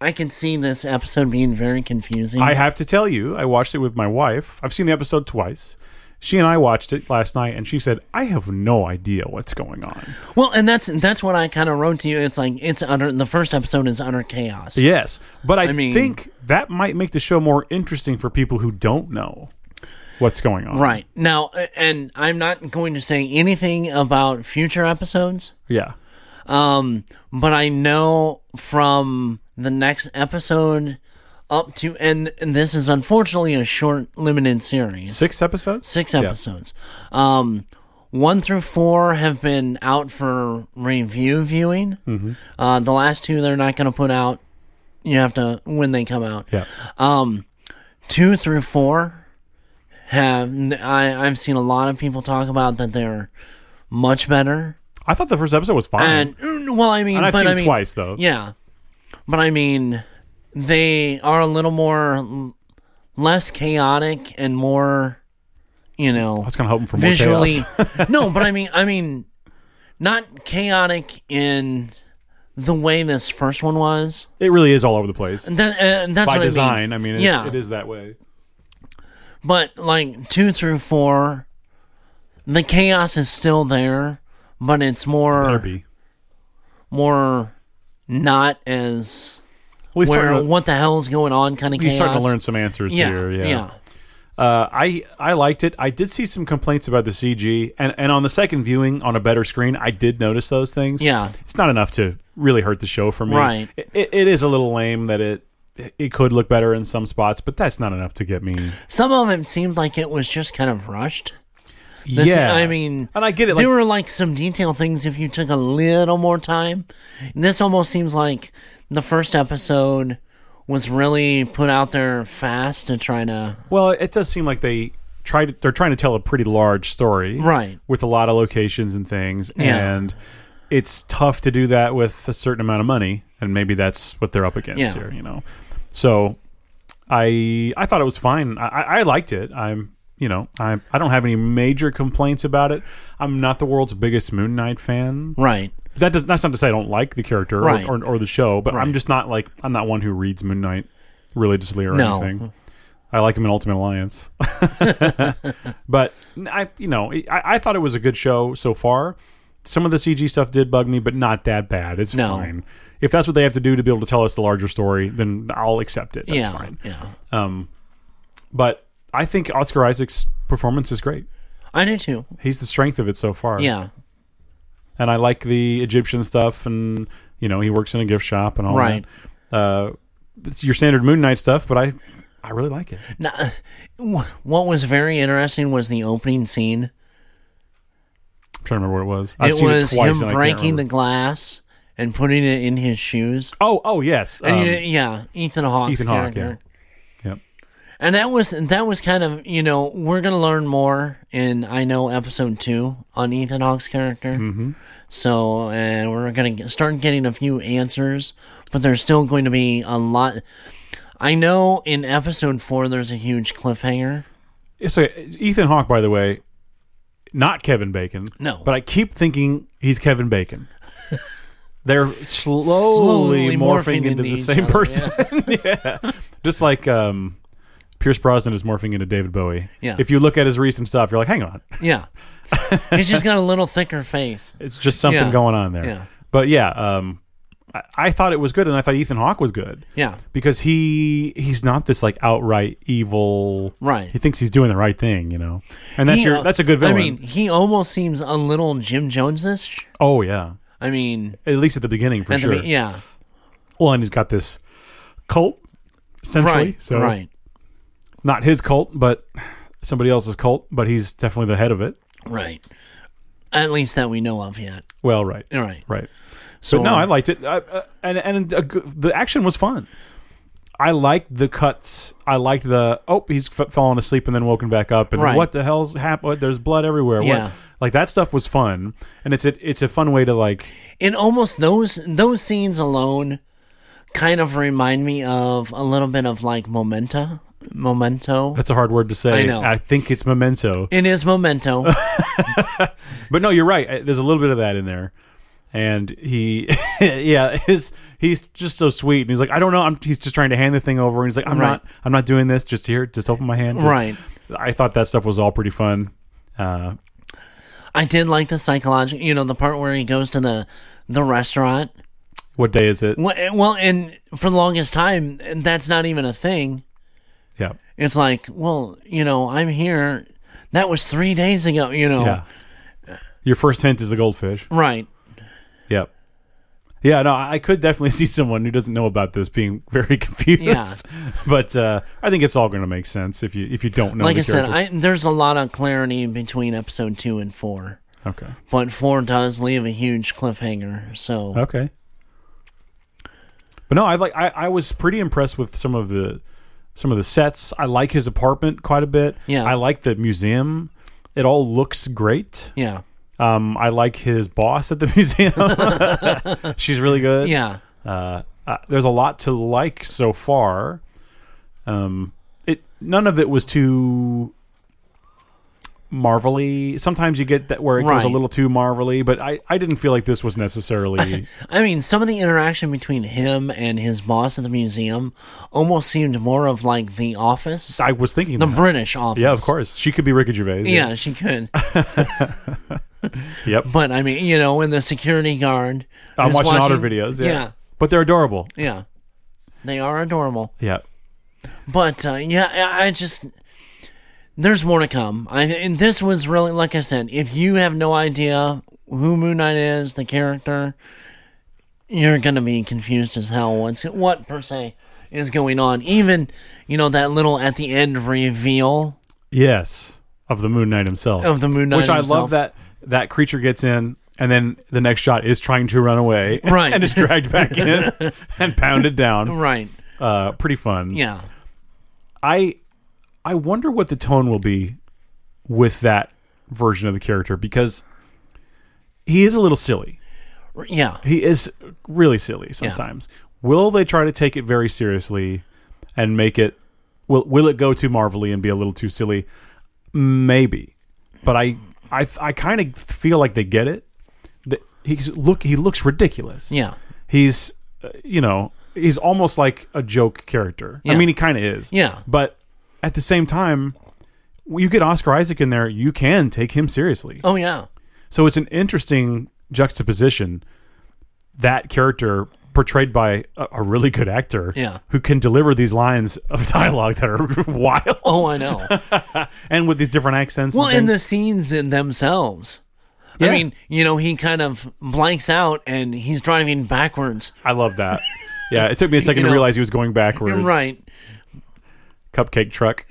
Speaker 2: I can see this episode being very confusing.
Speaker 1: I have to tell you, I watched it with my wife. I've seen the episode twice. She and I watched it last night, and she said, "I have no idea what's going on."
Speaker 2: well, and that's that's what I kind of wrote to you. It's like it's under the first episode is under chaos.
Speaker 1: Yes, but I,
Speaker 2: I mean-
Speaker 1: think that might make the show more interesting for people who don't know what's going on.
Speaker 2: Right. Now, a- and I'm not going to say anything about future episodes,
Speaker 1: Yeah.
Speaker 2: um, but I know from the next episode up to, and, and this is unfortunately a short, limited series
Speaker 1: Six episodes.
Speaker 2: six
Speaker 1: Yeah.
Speaker 2: episodes. Um, one through four have been out for review viewing.
Speaker 1: Mm-hmm.
Speaker 2: Uh, the last two they're not going to put out. You have to when they come out.
Speaker 1: Yeah.
Speaker 2: Um, two through four have I I've seen a lot of people talk about that they're much better.
Speaker 1: I thought the first episode was fine.
Speaker 2: And mm, well, I mean,
Speaker 1: Hmm. And I've
Speaker 2: but
Speaker 1: seen
Speaker 2: I mean,
Speaker 1: twice though.
Speaker 2: Yeah, but I mean, they are a little more l- less chaotic and more, you know,
Speaker 1: I was kind of hoping for more
Speaker 2: visually
Speaker 1: chaos.
Speaker 2: <laughs>
Speaker 1: <laughs>
Speaker 2: no but i mean i mean not chaotic in the way this first one was
Speaker 1: It really is all over the place
Speaker 2: and that, and that's
Speaker 1: by
Speaker 2: what
Speaker 1: design.
Speaker 2: i mean,
Speaker 1: it's,
Speaker 2: yeah
Speaker 1: it is that way.
Speaker 2: but like two through four the chaos is still there but it's
Speaker 1: Better
Speaker 2: more
Speaker 1: be.
Speaker 2: more not as
Speaker 1: Well, he's
Speaker 2: where
Speaker 1: starting to,
Speaker 2: what the hell's going on kind of
Speaker 1: he's
Speaker 2: chaos
Speaker 1: starting to learn some answers
Speaker 2: yeah,
Speaker 1: here.
Speaker 2: yeah
Speaker 1: Uh, I I liked it. I did see some complaints about the CG, and and on the second viewing on a better screen, I did notice those things.
Speaker 2: Yeah.
Speaker 1: it's not enough to really hurt the show for me.
Speaker 2: Right.
Speaker 1: It, it, it is a little lame that it it could look better in some spots, but that's not enough to get me.
Speaker 2: some of them seemed like it was just kind of rushed This-
Speaker 1: yeah,
Speaker 2: I mean,
Speaker 1: and I get it. Like,
Speaker 2: there were like some detail things if you took a little more time. And this almost seems like the first episode was really put out there fast and trying to.
Speaker 1: well, it does seem like they tried. They're trying to tell a pretty large story,
Speaker 2: Right.
Speaker 1: With a lot of locations and things,
Speaker 2: Yeah.
Speaker 1: and it's tough to do that with a certain amount of money, and maybe that's what they're up against
Speaker 2: Yeah.
Speaker 1: here, you know. So, I I thought it was fine. I, I I liked it. I'm you know I I don't have any major complaints about it. I'm not the world's biggest Moon Knight fan.
Speaker 2: Right.
Speaker 1: That does that's not to say I don't like the character or-
Speaker 2: Right.
Speaker 1: or, or the show, but I'm
Speaker 2: Right.
Speaker 1: just not like I'm not one who reads Moon Knight religiously or
Speaker 2: No.
Speaker 1: anything. I like him in Ultimate Alliance, <laughs> but I you know I, I thought it was a good show so far. Some of the CG stuff did bug me, but not that bad. It's
Speaker 2: No.
Speaker 1: fine. If that's what they have to do to be able to tell us the larger story, then I'll accept it. That's
Speaker 2: yeah.
Speaker 1: fine.
Speaker 2: Yeah.
Speaker 1: But I think Oscar Isaac's performance is great.
Speaker 2: I do too.
Speaker 1: He's the strength of it so far.
Speaker 2: Yeah.
Speaker 1: and I like the Egyptian stuff, and you know he works in a gift shop and all
Speaker 2: Right.
Speaker 1: that. Uh, it's your standard Moon Knight stuff, but I, I really like it.
Speaker 2: Now, wh- what was very interesting was the opening scene.
Speaker 1: I'm trying to remember what it was. I've
Speaker 2: it
Speaker 1: seen
Speaker 2: was
Speaker 1: it twice.
Speaker 2: him
Speaker 1: and I can't
Speaker 2: breaking the
Speaker 1: remember.
Speaker 2: glass and putting it in his shoes.
Speaker 1: Oh, oh yes.
Speaker 2: And
Speaker 1: um,
Speaker 2: you- yeah, Ethan Hawke's
Speaker 1: Ethan Hawke,
Speaker 2: character.
Speaker 1: yeah. Yep.
Speaker 2: And that was that was kind of you know we're gonna learn more in I know episode two on Ethan Hawke's character. Mm-hmm. So and we're gonna get- start getting a few answers, but there's still going to be a lot. I know in episode four there's a huge cliffhanger.
Speaker 1: So Ethan Hawke, by the way, not Kevin Bacon.
Speaker 2: No.
Speaker 1: but I keep thinking he's Kevin
Speaker 2: <laughs>
Speaker 1: Bacon. They're slowly,
Speaker 2: Slowly
Speaker 1: morphing,
Speaker 2: morphing
Speaker 1: into,
Speaker 2: into
Speaker 1: the
Speaker 2: each
Speaker 1: same
Speaker 2: other,
Speaker 1: person. <laughs> yeah. just like um, Pierce Brosnan is morphing into David Bowie.
Speaker 2: Yeah.
Speaker 1: if you look at his recent stuff, you're like, hang on.
Speaker 2: Yeah, he's just got a little thicker face.
Speaker 1: It's just something
Speaker 2: Yeah.
Speaker 1: going on there.
Speaker 2: Yeah.
Speaker 1: But yeah, um, I, I thought it was good, and I thought Ethan Hawke was good
Speaker 2: Yeah,
Speaker 1: because he he's not this like outright evil.
Speaker 2: Right.
Speaker 1: He thinks he's doing the right thing, you know. And that's
Speaker 2: He,
Speaker 1: your
Speaker 2: uh,
Speaker 1: that's a good villain.
Speaker 2: I mean, he almost seems a little Jim Jonesish.
Speaker 1: oh yeah,
Speaker 2: I mean,
Speaker 1: at least at the beginning for
Speaker 2: at the
Speaker 1: sure.
Speaker 2: be- yeah,
Speaker 1: Well, and he's got this cult essentially.
Speaker 2: right,
Speaker 1: So
Speaker 2: right,
Speaker 1: not his cult, but somebody else's cult. But he's definitely the head of it.
Speaker 2: right. At least that we know of yet.
Speaker 1: Well, right,
Speaker 2: All right.
Speaker 1: right.
Speaker 2: So
Speaker 1: But no, I liked it, I, uh, and and a g the action was fun. I liked the cuts. I liked the oh, he's f- fallen asleep and then woken back up, and
Speaker 2: Right.
Speaker 1: what the hell's happened? There's blood everywhere. What-
Speaker 2: Yeah.
Speaker 1: like that stuff was fun, and it's a it's a fun way to like
Speaker 2: in almost those those scenes alone kind of remind me of a little bit of like Momenta. Memento.
Speaker 1: that's a hard word to say.
Speaker 2: I know.
Speaker 1: think it's memento,
Speaker 2: It is Memento.
Speaker 1: <laughs> but no, you're right. Uh, There's a little bit of that in there, and he <laughs> yeah his he's just so sweet and he's like i don't know i'm he's just trying to hand the thing over and he's like i'm
Speaker 2: Right.
Speaker 1: not i'm not doing this just here just open my hand Just-
Speaker 2: Right.
Speaker 1: i thought that stuff was all pretty fun uh
Speaker 2: I did like the psychological, you know, the part where he goes to the the restaurant.
Speaker 1: what day is it
Speaker 2: Well, eh, well, and for the longest time, that's not even a thing.
Speaker 1: yeah
Speaker 2: It's like, well, you know, I'm here. That was three days ago, you know.
Speaker 1: yeah your first hint is the goldfish
Speaker 2: Right.
Speaker 1: yep yeah no i I could definitely <laughs> see someone who doesn't know about this being <laughs> very confused <laughs> but uh i think it's all going to make sense if you if you don't know
Speaker 2: like
Speaker 1: the
Speaker 2: I said,
Speaker 1: character.
Speaker 2: I, there's a lot of clarity in between episode two and four,
Speaker 1: okay
Speaker 2: but four does leave a huge cliffhanger. So
Speaker 1: Okay. But no, I like I, I was pretty impressed with some of the some of the sets. I like his apartment quite a bit.
Speaker 2: Yeah.
Speaker 1: I like the museum. It all looks great.
Speaker 2: yeah,
Speaker 1: Um, I like his boss at the <laughs> museum.
Speaker 2: <laughs>
Speaker 1: She's really good.
Speaker 2: yeah,
Speaker 1: Uh, uh, there's a lot to like so far. Um, it none of it was too marvelly. Sometimes you get that where it goes a
Speaker 2: Right.
Speaker 1: little too marvelly, but I, I didn't feel like this was
Speaker 2: <laughs>
Speaker 1: necessarily
Speaker 2: I mean, some of the interaction between him and his boss at the museum almost seemed more of like The Office,
Speaker 1: I was thinking
Speaker 2: the
Speaker 1: that.
Speaker 2: British Office.
Speaker 1: Yeah, of course. She could be Ricky Gervais.
Speaker 2: Yeah, she could.
Speaker 1: Yep.
Speaker 2: But I mean, you know, in the security guard.
Speaker 1: I'm
Speaker 2: who's
Speaker 1: watching, otter videos. Yeah.
Speaker 2: yeah.
Speaker 1: But they're adorable.
Speaker 2: yeah. They are adorable.
Speaker 1: Yeah.
Speaker 2: But uh, yeah, I- I just there's more to come. I and this was really like I said, if you have no idea who Moon Knight is, the character, you're gonna be confused as hell. What's what per se is going on? Even you know that little at the end reveal.
Speaker 1: Yes. Of the Moon Knight himself.
Speaker 2: Of the Moon Knight
Speaker 1: Which I love
Speaker 2: himself.
Speaker 1: that that creature gets in and then the next shot is trying to run away. <laughs>
Speaker 2: Right.
Speaker 1: and is dragged back in
Speaker 2: <laughs>
Speaker 1: and pounded down.
Speaker 2: Right?
Speaker 1: Uh, pretty fun.
Speaker 2: Yeah.
Speaker 1: I I wonder what the tone will be with that version of the character because he is a little silly.
Speaker 2: R- Yeah.
Speaker 1: he is really silly sometimes. Will they try to take it very seriously and make it? Will Will it go too marvelly and be a little too silly? Maybe, but I I I kind of feel like they get it. That he's look he looks ridiculous.
Speaker 2: Yeah.
Speaker 1: he's uh, you know he's almost like a joke character. I
Speaker 2: Yeah.
Speaker 1: mean, he kind of is.
Speaker 2: Yeah.
Speaker 1: but at the same time. when You get Oscar Isaac in there, you can take him seriously.
Speaker 2: Oh yeah.
Speaker 1: So it's an interesting juxtaposition. That character portrayed by a, a really good actor,
Speaker 2: Yeah.
Speaker 1: who can deliver these lines of <laughs> dialogue that are wild
Speaker 2: Oh, I know.
Speaker 1: and with these different accents.
Speaker 2: Well, in
Speaker 1: and things.
Speaker 2: the scenes in themselves. I
Speaker 1: Yeah.
Speaker 2: mean, you know, he kind of blanks out and he's driving backwards.
Speaker 1: I love that. Yeah, it
Speaker 2: <laughs>
Speaker 1: took me a second to
Speaker 2: know,
Speaker 1: realize he was going backwards.
Speaker 2: Right.
Speaker 1: cupcake
Speaker 2: <laughs>
Speaker 1: truck.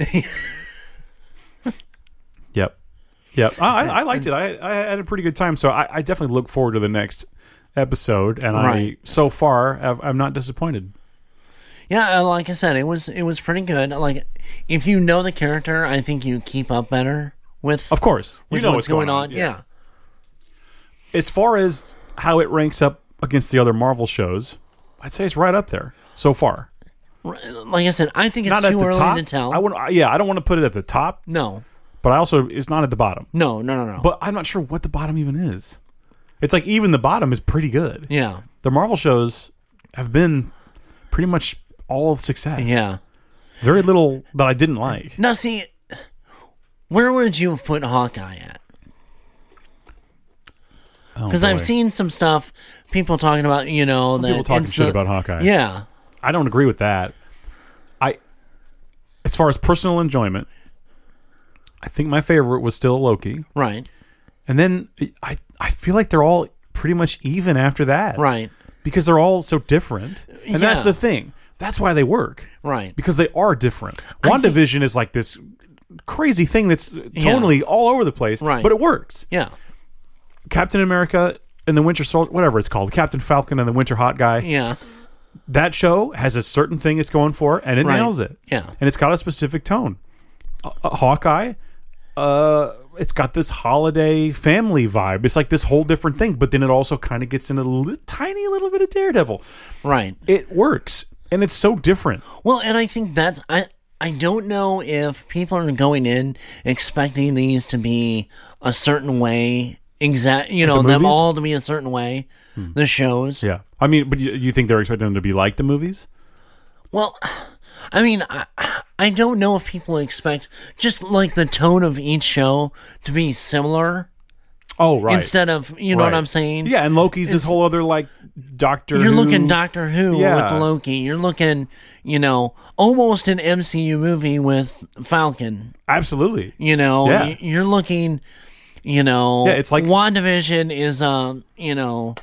Speaker 1: yep, yep. I, I, I liked it. I, I had a pretty good time. So I, I definitely look forward to the next episode. And
Speaker 2: Right.
Speaker 1: I, so far, I've, I'm not disappointed.
Speaker 2: Yeah, uh, like I said, it was it was pretty good. Like if you know the character, I think you keep up better with,
Speaker 1: Of course,
Speaker 2: with
Speaker 1: you Oh, know
Speaker 2: what's,
Speaker 1: what's going,
Speaker 2: on. Yeah.
Speaker 1: as far as how it ranks up against the other Marvel shows, I'd say it's right up there so far.
Speaker 2: R- Like I said, I think it's
Speaker 1: not at
Speaker 2: too
Speaker 1: the
Speaker 2: early
Speaker 1: top.
Speaker 2: to tell.
Speaker 1: I would, yeah, I don't want to put it at the top,
Speaker 2: no.
Speaker 1: but I also it's not at the bottom.
Speaker 2: No, no, no, no.
Speaker 1: But I'm not sure what the bottom even is. It's like even the bottom is pretty good.
Speaker 2: yeah.
Speaker 1: The Marvel shows have been pretty much all success.
Speaker 2: Yeah.
Speaker 1: very little that I didn't like.
Speaker 2: Now see where would you have put Hawkeye at? Because
Speaker 1: Oh, boy.
Speaker 2: Oh, I've seen some stuff, people talking about, you know, that
Speaker 1: people talking
Speaker 2: it's
Speaker 1: shit
Speaker 2: the-
Speaker 1: about Hawkeye.
Speaker 2: Yeah.
Speaker 1: I don't agree with that. I, as far as personal enjoyment, I think my favorite was still Loki.
Speaker 2: Right.
Speaker 1: And then I I feel like they're all pretty much even after that.
Speaker 2: Right.
Speaker 1: Because they're all so different. And that's
Speaker 2: Yeah.
Speaker 1: the thing. That's why they work.
Speaker 2: Right.
Speaker 1: Because they are different. WandaVision is like this crazy thing that's totally all over the place,
Speaker 2: Right.
Speaker 1: but it works.
Speaker 2: Yeah.
Speaker 1: Captain America and the Winter Soldier, whatever it's called, Captain Falcon and the Winter Hot Guy,
Speaker 2: Yeah.
Speaker 1: that show has a certain thing it's going for and it
Speaker 2: Right.
Speaker 1: nails it.
Speaker 2: Yeah.
Speaker 1: And it's got a specific tone. Uh, uh, Hawkeye, uh, it's got this holiday family vibe. It's like this whole different thing, but then it also kind of gets in a li- tiny little bit of Daredevil.
Speaker 2: Right.
Speaker 1: It works. And it's so different.
Speaker 2: Well, and I think that's I I don't know if people are going in expecting these to be a certain way exact, you know,
Speaker 1: the
Speaker 2: them
Speaker 1: movies? Hmm.
Speaker 2: all to be a certain way. The shows.
Speaker 1: Yeah. I mean, but you, you think they're expecting them to be like the movies?
Speaker 2: Well, I mean, I, I don't know if people expect just like the tone of each show to be similar
Speaker 1: Oh, right.
Speaker 2: instead of, you know what
Speaker 1: Right.
Speaker 2: I'm saying?
Speaker 1: Yeah, and Loki's this whole other like Doctor.
Speaker 2: You're
Speaker 1: Who-
Speaker 2: looking Doctor Who
Speaker 1: Yeah.
Speaker 2: with Loki. You're looking, you know, almost an MCU movie with Falcon.
Speaker 1: Absolutely. <laughs>
Speaker 2: You know,
Speaker 1: Yeah.
Speaker 2: Y- you're looking, you know,
Speaker 1: Yeah, it's like-
Speaker 2: WandaVision is, um, you know,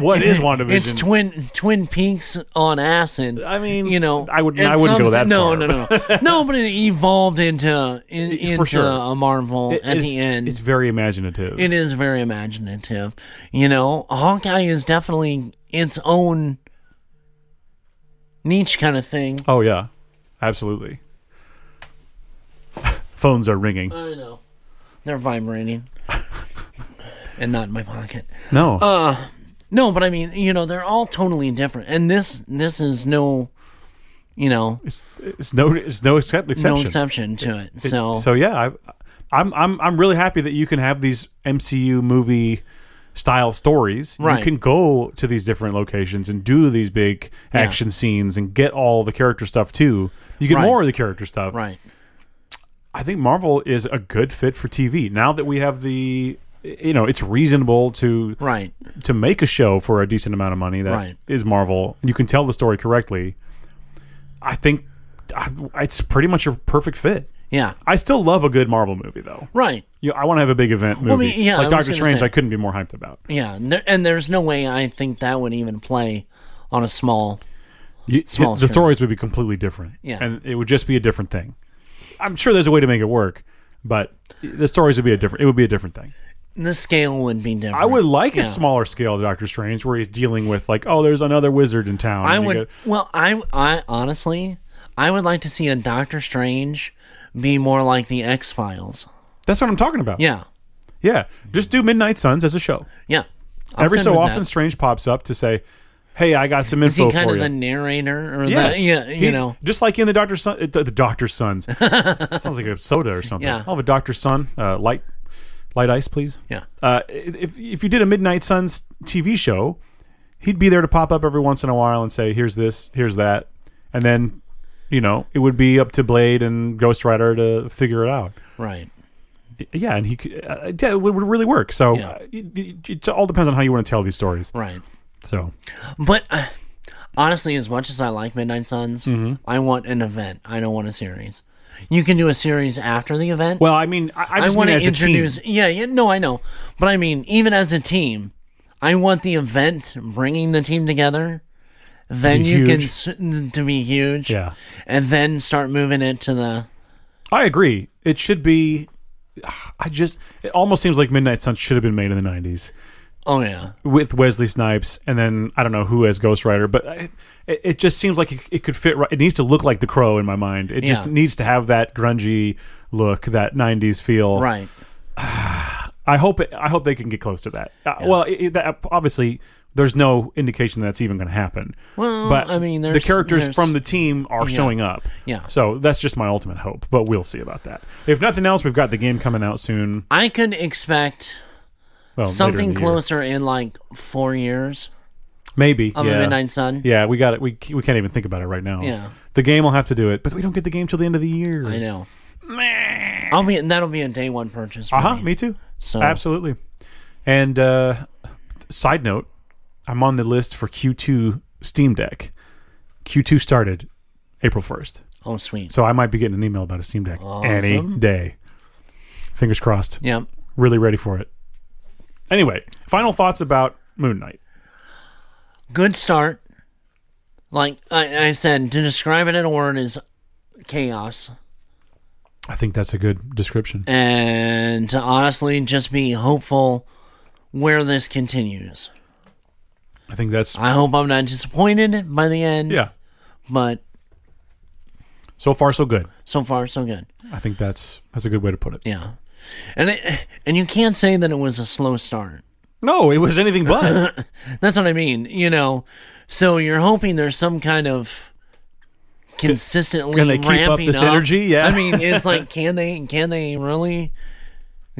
Speaker 1: what
Speaker 2: <laughs>
Speaker 1: is WandaVision?
Speaker 2: it's twin Twin Peaks on acid.
Speaker 1: I mean,
Speaker 2: you know,
Speaker 1: I would-
Speaker 2: and
Speaker 1: I wouldn't go that
Speaker 2: some- no,
Speaker 1: far,
Speaker 2: No, no,
Speaker 1: <laughs>
Speaker 2: no, no. But it evolved into in, into
Speaker 1: For sure.
Speaker 2: a Marvel
Speaker 1: It-
Speaker 2: at
Speaker 1: it's-
Speaker 2: the end.
Speaker 1: It's
Speaker 2: It's,
Speaker 1: very imaginative.
Speaker 2: very imaginative. You know, Hawkeye is definitely its own niche kind of thing.
Speaker 1: oh yeah, absolutely. <laughs> Phones are ringing.
Speaker 2: I know they're vibrating, <laughs> and not in my pocket.
Speaker 1: No,
Speaker 2: Uh, No, but I mean, you know, they're all totally different, and this this is no, you know,
Speaker 1: it's, it's no, it's no excep- exception.
Speaker 2: no exception to it. so,
Speaker 1: So yeah, I, I'm I'm I'm really happy that you can have these MCU movie style stories.
Speaker 2: Right.
Speaker 1: You can go to these different locations and do these big action scenes and get all the character stuff too. You get
Speaker 2: Right.
Speaker 1: more of the character stuff.
Speaker 2: right,
Speaker 1: I think Marvel is a good fit for TV. Now that we have the you know, it's reasonable to
Speaker 2: right,
Speaker 1: to make a show for a decent amount of money that is
Speaker 2: Right.
Speaker 1: Marvel, and you can tell the story correctly. I think I, it's pretty much a perfect fit.
Speaker 2: yeah,
Speaker 1: I still love a good Marvel movie, though.
Speaker 2: right.
Speaker 1: You, I want to have a big event movie,
Speaker 2: I mean, yeah,
Speaker 1: like
Speaker 2: I was
Speaker 1: Doctor
Speaker 2: gonna
Speaker 1: Strange.
Speaker 2: say.
Speaker 1: I couldn't be more hyped about.
Speaker 2: Yeah, and, there, and there's no way I think that would even play on a small.
Speaker 1: You-
Speaker 2: Small
Speaker 1: the
Speaker 2: screen.
Speaker 1: stories would be completely different,
Speaker 2: Yeah.
Speaker 1: and it would just be a different thing. I'm sure there's a way to make it work, but the stories would be a different. It would be a different thing.
Speaker 2: The scale would be different.
Speaker 1: I would like
Speaker 2: Yeah.
Speaker 1: a smaller scale Doctor Strange where he's dealing with like, oh, there's another wizard in town.
Speaker 2: I
Speaker 1: and you
Speaker 2: would.
Speaker 1: go-
Speaker 2: Well, I, I honestly, I would like to see a Doctor Strange be more like the X Files.
Speaker 1: That's what I'm talking about.
Speaker 2: Yeah,
Speaker 1: yeah. Just do Midnight Suns as a show.
Speaker 2: yeah. I'm
Speaker 1: Every
Speaker 2: good
Speaker 1: so
Speaker 2: with
Speaker 1: often,
Speaker 2: that.
Speaker 1: Strange pops up to say, "Hey, I got some
Speaker 2: is he
Speaker 1: info
Speaker 2: kind
Speaker 1: for
Speaker 2: of
Speaker 1: you."
Speaker 2: the narrator or
Speaker 1: Yes.
Speaker 2: the yeah? You
Speaker 1: He's-
Speaker 2: know,
Speaker 1: just like in the Doctor Son, uh, the the Doctor
Speaker 2: <laughs>
Speaker 1: Sons. Sounds like a soda or something.
Speaker 2: Yeah.
Speaker 1: I'll have a Doctor Son, uh, light, light ice, please.
Speaker 2: yeah,
Speaker 1: Uh, if if you did a Midnight Suns TV show, he'd be there to pop up every once in a while and say, "Here's this, here's that," and then, you know, it would be up to Blade and Ghost Rider to figure it out.
Speaker 2: right.
Speaker 1: Yeah, and he could, uh, yeah, it would would really work. So
Speaker 2: Yeah.
Speaker 1: uh, it, it- it all depends on how you want to tell these stories.
Speaker 2: Right.
Speaker 1: So
Speaker 2: But uh, honestly, as much as I like Midnight Suns,
Speaker 1: Mm-hmm.
Speaker 2: I want an event. I don't want a series. You can do a series after the event.
Speaker 1: well, I mean, I, I,
Speaker 2: I
Speaker 1: just
Speaker 2: want
Speaker 1: mean
Speaker 2: to
Speaker 1: as a team.
Speaker 2: introduce. Yeah, yeah. No, I know. But I mean, even as a team, I want the event bringing the team together. Then
Speaker 1: be
Speaker 2: you can
Speaker 1: huge.
Speaker 2: s- to be huge.
Speaker 1: Yeah.
Speaker 2: And then start moving it to the
Speaker 1: I agree. It should be. <sighs> I just. It almost seems like Midnight Suns should have been made in the '90s
Speaker 2: oh yeah
Speaker 1: with Wesley Snipes, and then I don't know who as Ghost Rider, but it, it it just seems like it, it could fit. Right. It needs to look like The Crow in my mind. It just
Speaker 2: Yeah.
Speaker 1: needs to have that grungy look, that '90s feel.
Speaker 2: right
Speaker 1: I hope. It, I hope they can get close to that. Uh, well, it, it, that, obviously. There's no indication that's even going to happen.
Speaker 2: Well,
Speaker 1: but
Speaker 2: Mm, I mean,
Speaker 1: the
Speaker 2: there's-
Speaker 1: characters
Speaker 2: there's-
Speaker 1: from the team are showing up.
Speaker 2: yeah.
Speaker 1: So that's just my ultimate hope, but we'll see about that. If nothing else, we've got the game coming out soon.
Speaker 2: I could expect
Speaker 1: Well, later in
Speaker 2: something
Speaker 1: the year.
Speaker 2: closer in like four years
Speaker 1: Maybe.
Speaker 2: of
Speaker 1: yeah.
Speaker 2: a Midnight Sun.
Speaker 1: Yeah, we got it. We, we can't even think about it right now.
Speaker 2: Yeah.
Speaker 1: The game will have to do it, but we don't get the game till the end of the year.
Speaker 2: I know. I'll be that'll be a day one purchase. for
Speaker 1: Uh huh.
Speaker 2: me.
Speaker 1: Me too.
Speaker 2: So
Speaker 1: Absolutely. And uh, side note, I'm on the list for Q2 Steam Deck. Q2 started April 1st.
Speaker 2: oh sweet.
Speaker 1: So I might be getting an email about a Steam Deck any
Speaker 2: Awesome.
Speaker 1: day. Fingers crossed.
Speaker 2: Yeah.
Speaker 1: really ready for it. Anyway, final thoughts about Moon Knight.
Speaker 2: Good start. Like I, I said, to describe it in a word is chaos.
Speaker 1: I think that's a good description.
Speaker 2: And to honestly just be hopeful where this continues.
Speaker 1: I think that's
Speaker 2: I hope I'm not disappointed by the end.
Speaker 1: yeah.
Speaker 2: But
Speaker 1: So far, so good.
Speaker 2: so far so good.
Speaker 1: I think that's that's a good way to put it.
Speaker 2: Yeah. And it, and you can't say that it was a slow start.
Speaker 1: No, it was anything but.
Speaker 2: That's what I mean, you know. So you're hoping there's some kind of consistently
Speaker 1: Can they keep up <laughs>
Speaker 2: ramping
Speaker 1: this energy? Yeah.
Speaker 2: I mean, it's like can they can they really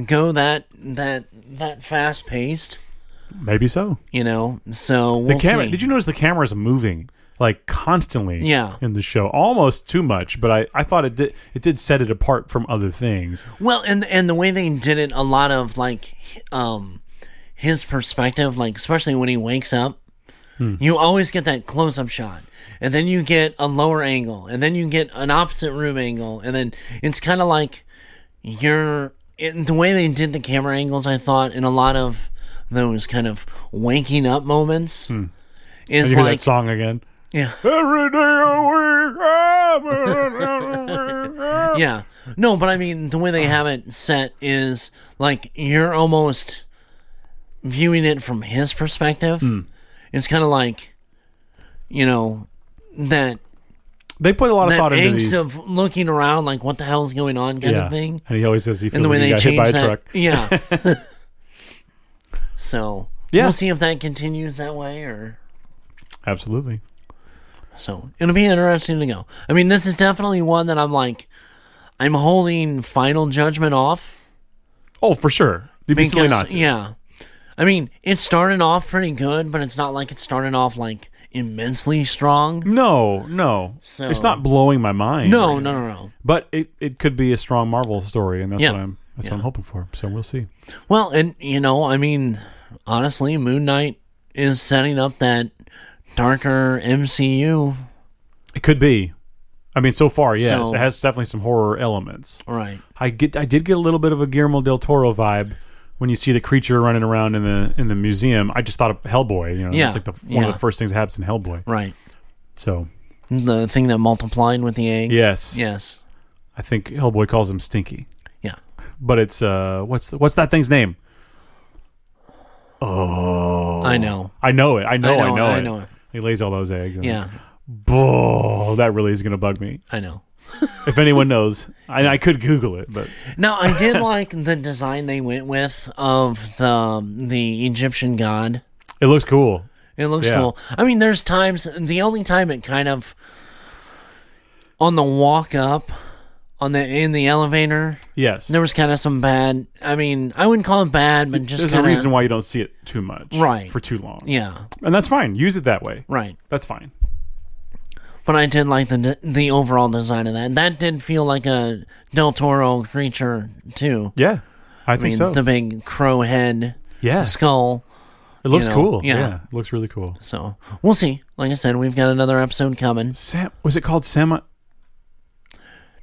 Speaker 2: go that that that fast paced.
Speaker 1: <laughs> Maybe so.
Speaker 2: You know, so
Speaker 1: The
Speaker 2: we'll
Speaker 1: camera.
Speaker 2: see.
Speaker 1: Did you notice the camera's moving like constantly?
Speaker 2: Yeah.
Speaker 1: In the show, almost too much. But I, I thought it did it did set it apart from other things.
Speaker 2: Well, and and the way they did it, a lot of like, um, his perspective, like especially when he wakes up,
Speaker 1: Hmm.
Speaker 2: you always get that close up shot, and then you get a lower angle, and then you get an opposite room angle, and then it's kind of like you're it, the way they did the camera angles. I thought in a lot of those kind of waking up moments is
Speaker 1: Hmm. You hear
Speaker 2: like
Speaker 1: that song again?
Speaker 2: yeah.
Speaker 1: Every day <laughs> I wake up.
Speaker 2: Yeah. No, but I mean, the way they have it set is like you're almost viewing it from his perspective.
Speaker 1: Hmm.
Speaker 2: It's kind of like, you know, that,
Speaker 1: they put a lot of
Speaker 2: that
Speaker 1: thought into
Speaker 2: angst
Speaker 1: these.
Speaker 2: of looking around, like, what the hell's going on kind
Speaker 1: yeah.
Speaker 2: of thing.
Speaker 1: And he always says he feels
Speaker 2: And the way
Speaker 1: like he
Speaker 2: they
Speaker 1: got hit
Speaker 2: change
Speaker 1: by a
Speaker 2: that.
Speaker 1: truck.
Speaker 2: Yeah.
Speaker 1: <laughs>
Speaker 2: so,
Speaker 1: Yeah.
Speaker 2: we'll see if that continues that way or.
Speaker 1: Absolutely.
Speaker 2: So it'll be interesting to go. I mean, this is definitely one that I'm like, I'm holding final judgment off.
Speaker 1: Oh, for sure. You'd be silly not to.
Speaker 2: Yeah. I mean, it started off pretty good, but it's not like it started off like immensely strong.
Speaker 1: No, no.
Speaker 2: So-
Speaker 1: It's not blowing my mind.
Speaker 2: No, no, no, no.
Speaker 1: But it, it could be a strong Marvel story, and that's
Speaker 2: Yeah.
Speaker 1: what I'm that's what I'm hoping for. So we'll see.
Speaker 2: Well, and you know, I mean, honestly, Moon Knight is setting up that darker MCU.
Speaker 1: It could be. I mean, so far, yes,
Speaker 2: So-
Speaker 1: it has definitely some horror elements.
Speaker 2: Right.
Speaker 1: I get I did get a little bit of a Guillermo del Toro vibe when you see the creature running around in the in the museum. I just thought of Hellboy. You know,
Speaker 2: Yeah,
Speaker 1: that's like the, one
Speaker 2: yeah.
Speaker 1: of the first things that happens in Hellboy.
Speaker 2: Right.
Speaker 1: So
Speaker 2: The thing that multiplied with the eggs.
Speaker 1: Yes.
Speaker 2: Yes.
Speaker 1: I think Hellboy calls him Stinky,
Speaker 2: Yeah.
Speaker 1: but it's uh, what's the, what's that thing's name? Oh.
Speaker 2: I know.
Speaker 1: I know it. I know. I know,
Speaker 2: know, I
Speaker 1: it.
Speaker 2: know it.
Speaker 1: He lays all those eggs. and-
Speaker 2: Yeah.
Speaker 1: Oh, that really is gonna bug me.
Speaker 2: I know.
Speaker 1: If anyone knows, I, I could Google it, but
Speaker 2: Now I did like the design they went with of the the Egyptian god.
Speaker 1: it looks cool.
Speaker 2: It looks
Speaker 1: Yeah.
Speaker 2: cool. I mean, there's times. The only time it kind of on the walk up, on the in the elevator,
Speaker 1: Yes,
Speaker 2: there was kind of some bad. I mean, I wouldn't call it bad, but just
Speaker 1: there's
Speaker 2: kind
Speaker 1: a reason
Speaker 2: of
Speaker 1: why you don't see it too much,
Speaker 2: Right.
Speaker 1: For too long,
Speaker 2: yeah,
Speaker 1: and that's fine. Use it that way.
Speaker 2: right.
Speaker 1: That's fine.
Speaker 2: But I did like the de- the overall design of that. That did feel like a Del Toro creature too.
Speaker 1: Yeah, I think
Speaker 2: I mean,
Speaker 1: so.
Speaker 2: the big crow head
Speaker 1: yeah,
Speaker 2: skull.
Speaker 1: it looks
Speaker 2: know,
Speaker 1: cool.
Speaker 2: yeah.
Speaker 1: yeah, it looks really cool.
Speaker 2: So we'll see. Like I said, we've got another episode coming.
Speaker 1: Sam, was it called Sam?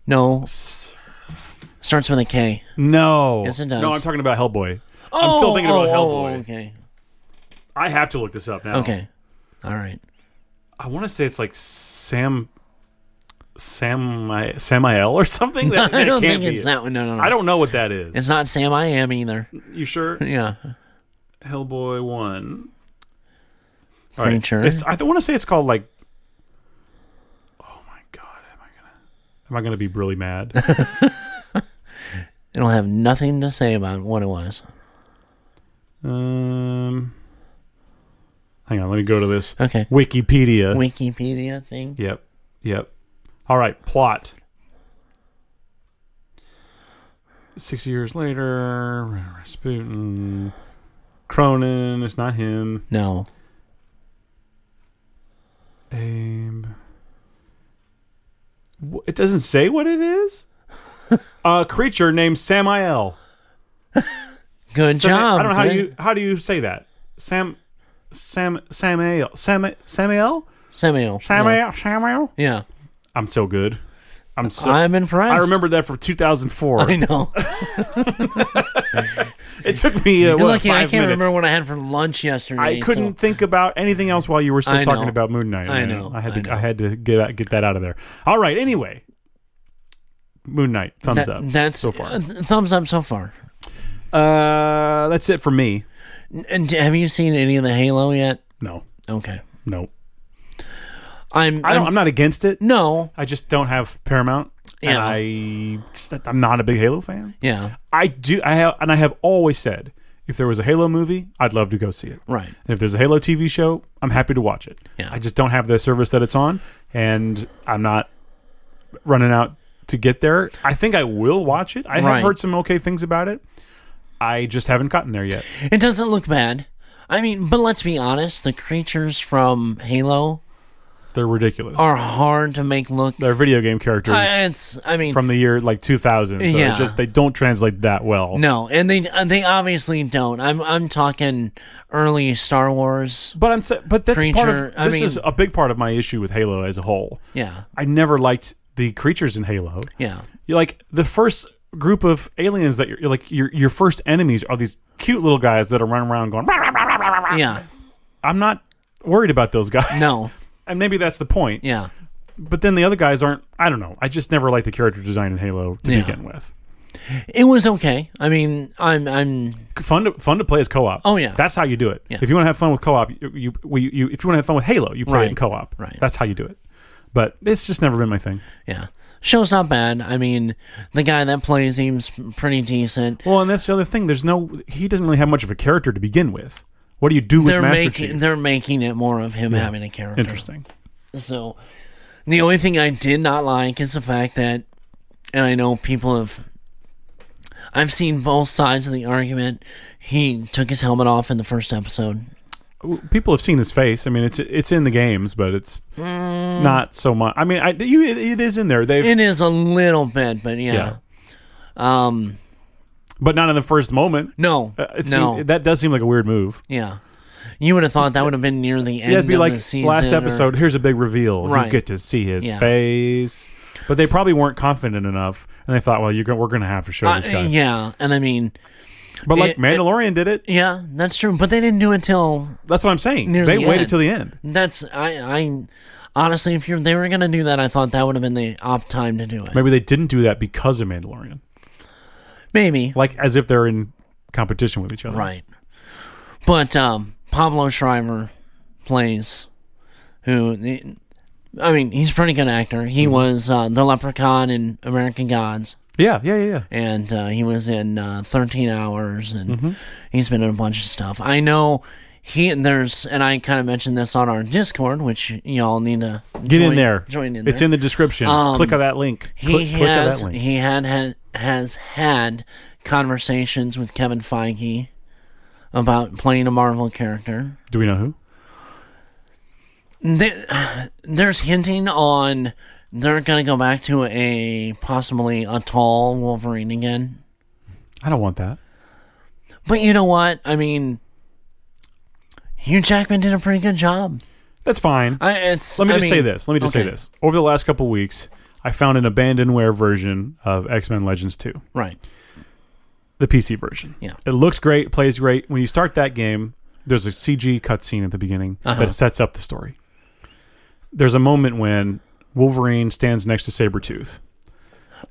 Speaker 2: No, starts with a K.
Speaker 1: No.
Speaker 2: Yes, it does.
Speaker 1: No, I'm talking about Hellboy.
Speaker 2: Oh,
Speaker 1: I'm still thinking about
Speaker 2: oh, oh,
Speaker 1: Hellboy.
Speaker 2: okay.
Speaker 1: I have to look this up now.
Speaker 2: Okay. All right.
Speaker 1: I want to say it's like Sam, Sam, Samiel or something. <laughs> That,
Speaker 2: <laughs> I
Speaker 1: that
Speaker 2: don't
Speaker 1: can't
Speaker 2: think
Speaker 1: be it.
Speaker 2: it's that one. No, no, no.
Speaker 1: I don't know what that is.
Speaker 2: It's not Sam I Am either. <laughs>
Speaker 1: you sure?
Speaker 2: Yeah.
Speaker 1: Hellboy one. All
Speaker 2: Creature.
Speaker 1: It's, I want to say it's called like. Oh my god! Am I gonna? Am I gonna be really mad?
Speaker 2: It'll have nothing to say about what it was.
Speaker 1: um. Hang on. Let me go to this
Speaker 2: Okay.
Speaker 1: Wikipedia.
Speaker 2: Wikipedia thing.
Speaker 1: Yep. Yep. All right. Plot. Six years later, Rasputin, Cronin. It's not him.
Speaker 2: No.
Speaker 1: Aim. Wh- It doesn't say what it is. A creature named Samael.
Speaker 2: Good job.
Speaker 1: I don't know how
Speaker 2: dude.
Speaker 1: you how do you say that. Sam, Sam, Samael, Sam, Samael,
Speaker 2: Samuel.
Speaker 1: Samael, Samael.
Speaker 2: Yeah.
Speaker 1: I'm so good. I'm so.
Speaker 2: yeah. I'm impressed.
Speaker 1: I remember that from 2004.
Speaker 2: <laughs>
Speaker 1: <laughs>
Speaker 2: I know.
Speaker 1: It took me uh,
Speaker 2: You're
Speaker 1: what,
Speaker 2: lucky I
Speaker 1: five
Speaker 2: can't
Speaker 1: minutes.
Speaker 2: remember what I had for lunch yesterday.
Speaker 1: I couldn't
Speaker 2: So.
Speaker 1: think about anything else while you were still
Speaker 2: I
Speaker 1: talking
Speaker 2: know.
Speaker 1: about Moon Knight.
Speaker 2: I
Speaker 1: man.
Speaker 2: know.
Speaker 1: I had
Speaker 2: I
Speaker 1: to.
Speaker 2: know.
Speaker 1: I, had to get out, get that out of there. All right. Anyway, Moon Knight. Thumbs
Speaker 2: That-
Speaker 1: up.
Speaker 2: that's
Speaker 1: so far.
Speaker 2: uh, thumbs up so far.
Speaker 1: Uh, that's it for me.
Speaker 2: N- And have you seen any of the Halo yet?
Speaker 1: No.
Speaker 2: Okay.
Speaker 1: No.
Speaker 2: I'm.
Speaker 1: I don't.
Speaker 2: I'm
Speaker 1: I'm not against it.
Speaker 2: no.
Speaker 1: I just don't have Paramount.
Speaker 2: Yeah.
Speaker 1: And I. I'm not a big Halo fan.
Speaker 2: Yeah.
Speaker 1: I do. I have, and I have always said, if there was a Halo movie, I'd love to go see it.
Speaker 2: Right.
Speaker 1: And if there's a Halo TV show, I'm happy to watch it.
Speaker 2: Yeah.
Speaker 1: I just don't have the service that it's on, and I'm not running out to get there. I think I will watch it. I
Speaker 2: Right.
Speaker 1: have heard some okay things about it. I just haven't gotten there yet.
Speaker 2: It doesn't look bad. I mean, but let's be honest, the creatures from Halo
Speaker 1: They're ridiculous.
Speaker 2: are hard to make look.
Speaker 1: They're video game characters
Speaker 2: Uh, it's, I mean,
Speaker 1: from the year like 2000. So
Speaker 2: Yeah.
Speaker 1: it's just they don't translate that well.
Speaker 2: no, and they uh, they obviously don't. I'm I'm talking early Star Wars.
Speaker 1: But I'm sa- but that's part of
Speaker 2: Creature-
Speaker 1: this
Speaker 2: I mean-
Speaker 1: is a big part of my issue with Halo as a whole.
Speaker 2: Yeah,
Speaker 1: I never liked the creatures in Halo.
Speaker 2: yeah,
Speaker 1: You're like the first group of aliens that you're, you're like your your first enemies are these cute little guys that are running around going. "Rah, rah, rah, rah, rah, rah."
Speaker 2: yeah.
Speaker 1: I'm not worried about those guys, <laughs>
Speaker 2: No,
Speaker 1: and maybe that's the point.
Speaker 2: yeah.
Speaker 1: But then the other guys aren't. I don't know. I just never liked the character design in Halo to
Speaker 2: Yeah.
Speaker 1: begin with.
Speaker 2: It was okay. I mean, I'm I'm
Speaker 1: fun to fun to play as co-op.
Speaker 2: Oh, yeah.
Speaker 1: that's how you do it.
Speaker 2: Yeah.
Speaker 1: If you want to have fun with co-op, you, you, we you if you want to have fun with Halo, you play it in
Speaker 2: Right.
Speaker 1: co-op.
Speaker 2: Right.
Speaker 1: That's how you do it. But it's just never been my thing.
Speaker 2: yeah. Show's not bad. I mean, the guy that plays seems pretty decent.
Speaker 1: Well, and that's the other thing. There's no he doesn't really have much of a character to begin with. What do you do with
Speaker 2: They're
Speaker 1: Master
Speaker 2: making
Speaker 1: Chief?
Speaker 2: they're making it more of him having a character.
Speaker 1: Interesting.
Speaker 2: So the only thing I did not like is the fact that and I know people have I've seen both sides of the argument. He took his helmet off in the first episode.
Speaker 1: W- People have seen his face. I mean, it's it's in the games, but it's
Speaker 2: Mm.
Speaker 1: not so much. I mean, I, you it, it is in there. They've
Speaker 2: It is a little bit, but
Speaker 1: yeah.
Speaker 2: yeah. Um
Speaker 1: but not in the first moment.
Speaker 2: no.
Speaker 1: Uh, it
Speaker 2: no.
Speaker 1: seem- that does seem like a weird move.
Speaker 2: yeah. You would have thought that would have been near the end
Speaker 1: Yeah, it'd be
Speaker 2: of
Speaker 1: like
Speaker 2: the season.
Speaker 1: last
Speaker 2: or-
Speaker 1: episode. Here's a big reveal. You
Speaker 2: Right.
Speaker 1: get to see his
Speaker 2: Yeah.
Speaker 1: face, but they probably weren't confident enough, and they thought, well, you're gonna, we're going to have to show
Speaker 2: Uh,
Speaker 1: this guy.
Speaker 2: yeah, and I mean,
Speaker 1: But like
Speaker 2: it-
Speaker 1: Mandalorian did it.
Speaker 2: yeah, that's true. But they didn't do it till
Speaker 1: That's what I'm saying.
Speaker 2: Near
Speaker 1: They
Speaker 2: the
Speaker 1: waited
Speaker 2: end.
Speaker 1: till the end.
Speaker 2: That's I I honestly, if you're they were gonna do that, I thought that would have been the opt time to do it.
Speaker 1: Maybe they didn't do that because of Mandalorian,
Speaker 2: Maybe
Speaker 1: like as if they're in competition with each other.
Speaker 2: right, but um, Pablo Schreiber plays who. I mean, he's a pretty good actor. He
Speaker 1: Mm-hmm.
Speaker 2: was uh, the Leprechaun in American Gods,
Speaker 1: Yeah, yeah, yeah, yeah.
Speaker 2: and uh, he was in uh, Thirteen Hours, and
Speaker 1: Mm-hmm.
Speaker 2: he's been in a bunch of stuff. I know he there's, and I kind of mentioned this on our Discord, which y'all need to
Speaker 1: Get
Speaker 2: join,
Speaker 1: in there.
Speaker 2: Join in.
Speaker 1: It's
Speaker 2: there.
Speaker 1: in the description.
Speaker 2: Um,
Speaker 1: click on that link.
Speaker 2: he
Speaker 1: click, click on
Speaker 2: has
Speaker 1: that link.
Speaker 2: he had, had has had conversations with Kevin Feige about playing a Marvel character.
Speaker 1: do we know who?
Speaker 2: There, there's hinting on they're gonna go back to a possibly a tall Wolverine again.
Speaker 1: I don't want that.
Speaker 2: But you know what? I mean, Hugh Jackman did a pretty good job.
Speaker 1: That's fine.
Speaker 2: I, it's
Speaker 1: Let me
Speaker 2: I
Speaker 1: just
Speaker 2: mean-
Speaker 1: say this. Let me just
Speaker 2: okay,
Speaker 1: say this. Over the last couple weeks, I found an abandonware version of X Men Legends 2.
Speaker 2: Right.
Speaker 1: the PC version.
Speaker 2: Yeah.
Speaker 1: It looks great, plays great. When you start that game, there's a CG cutscene at the beginning
Speaker 2: Uh-huh.
Speaker 1: that sets up the story. There's a moment when Wolverine stands next to Sabretooth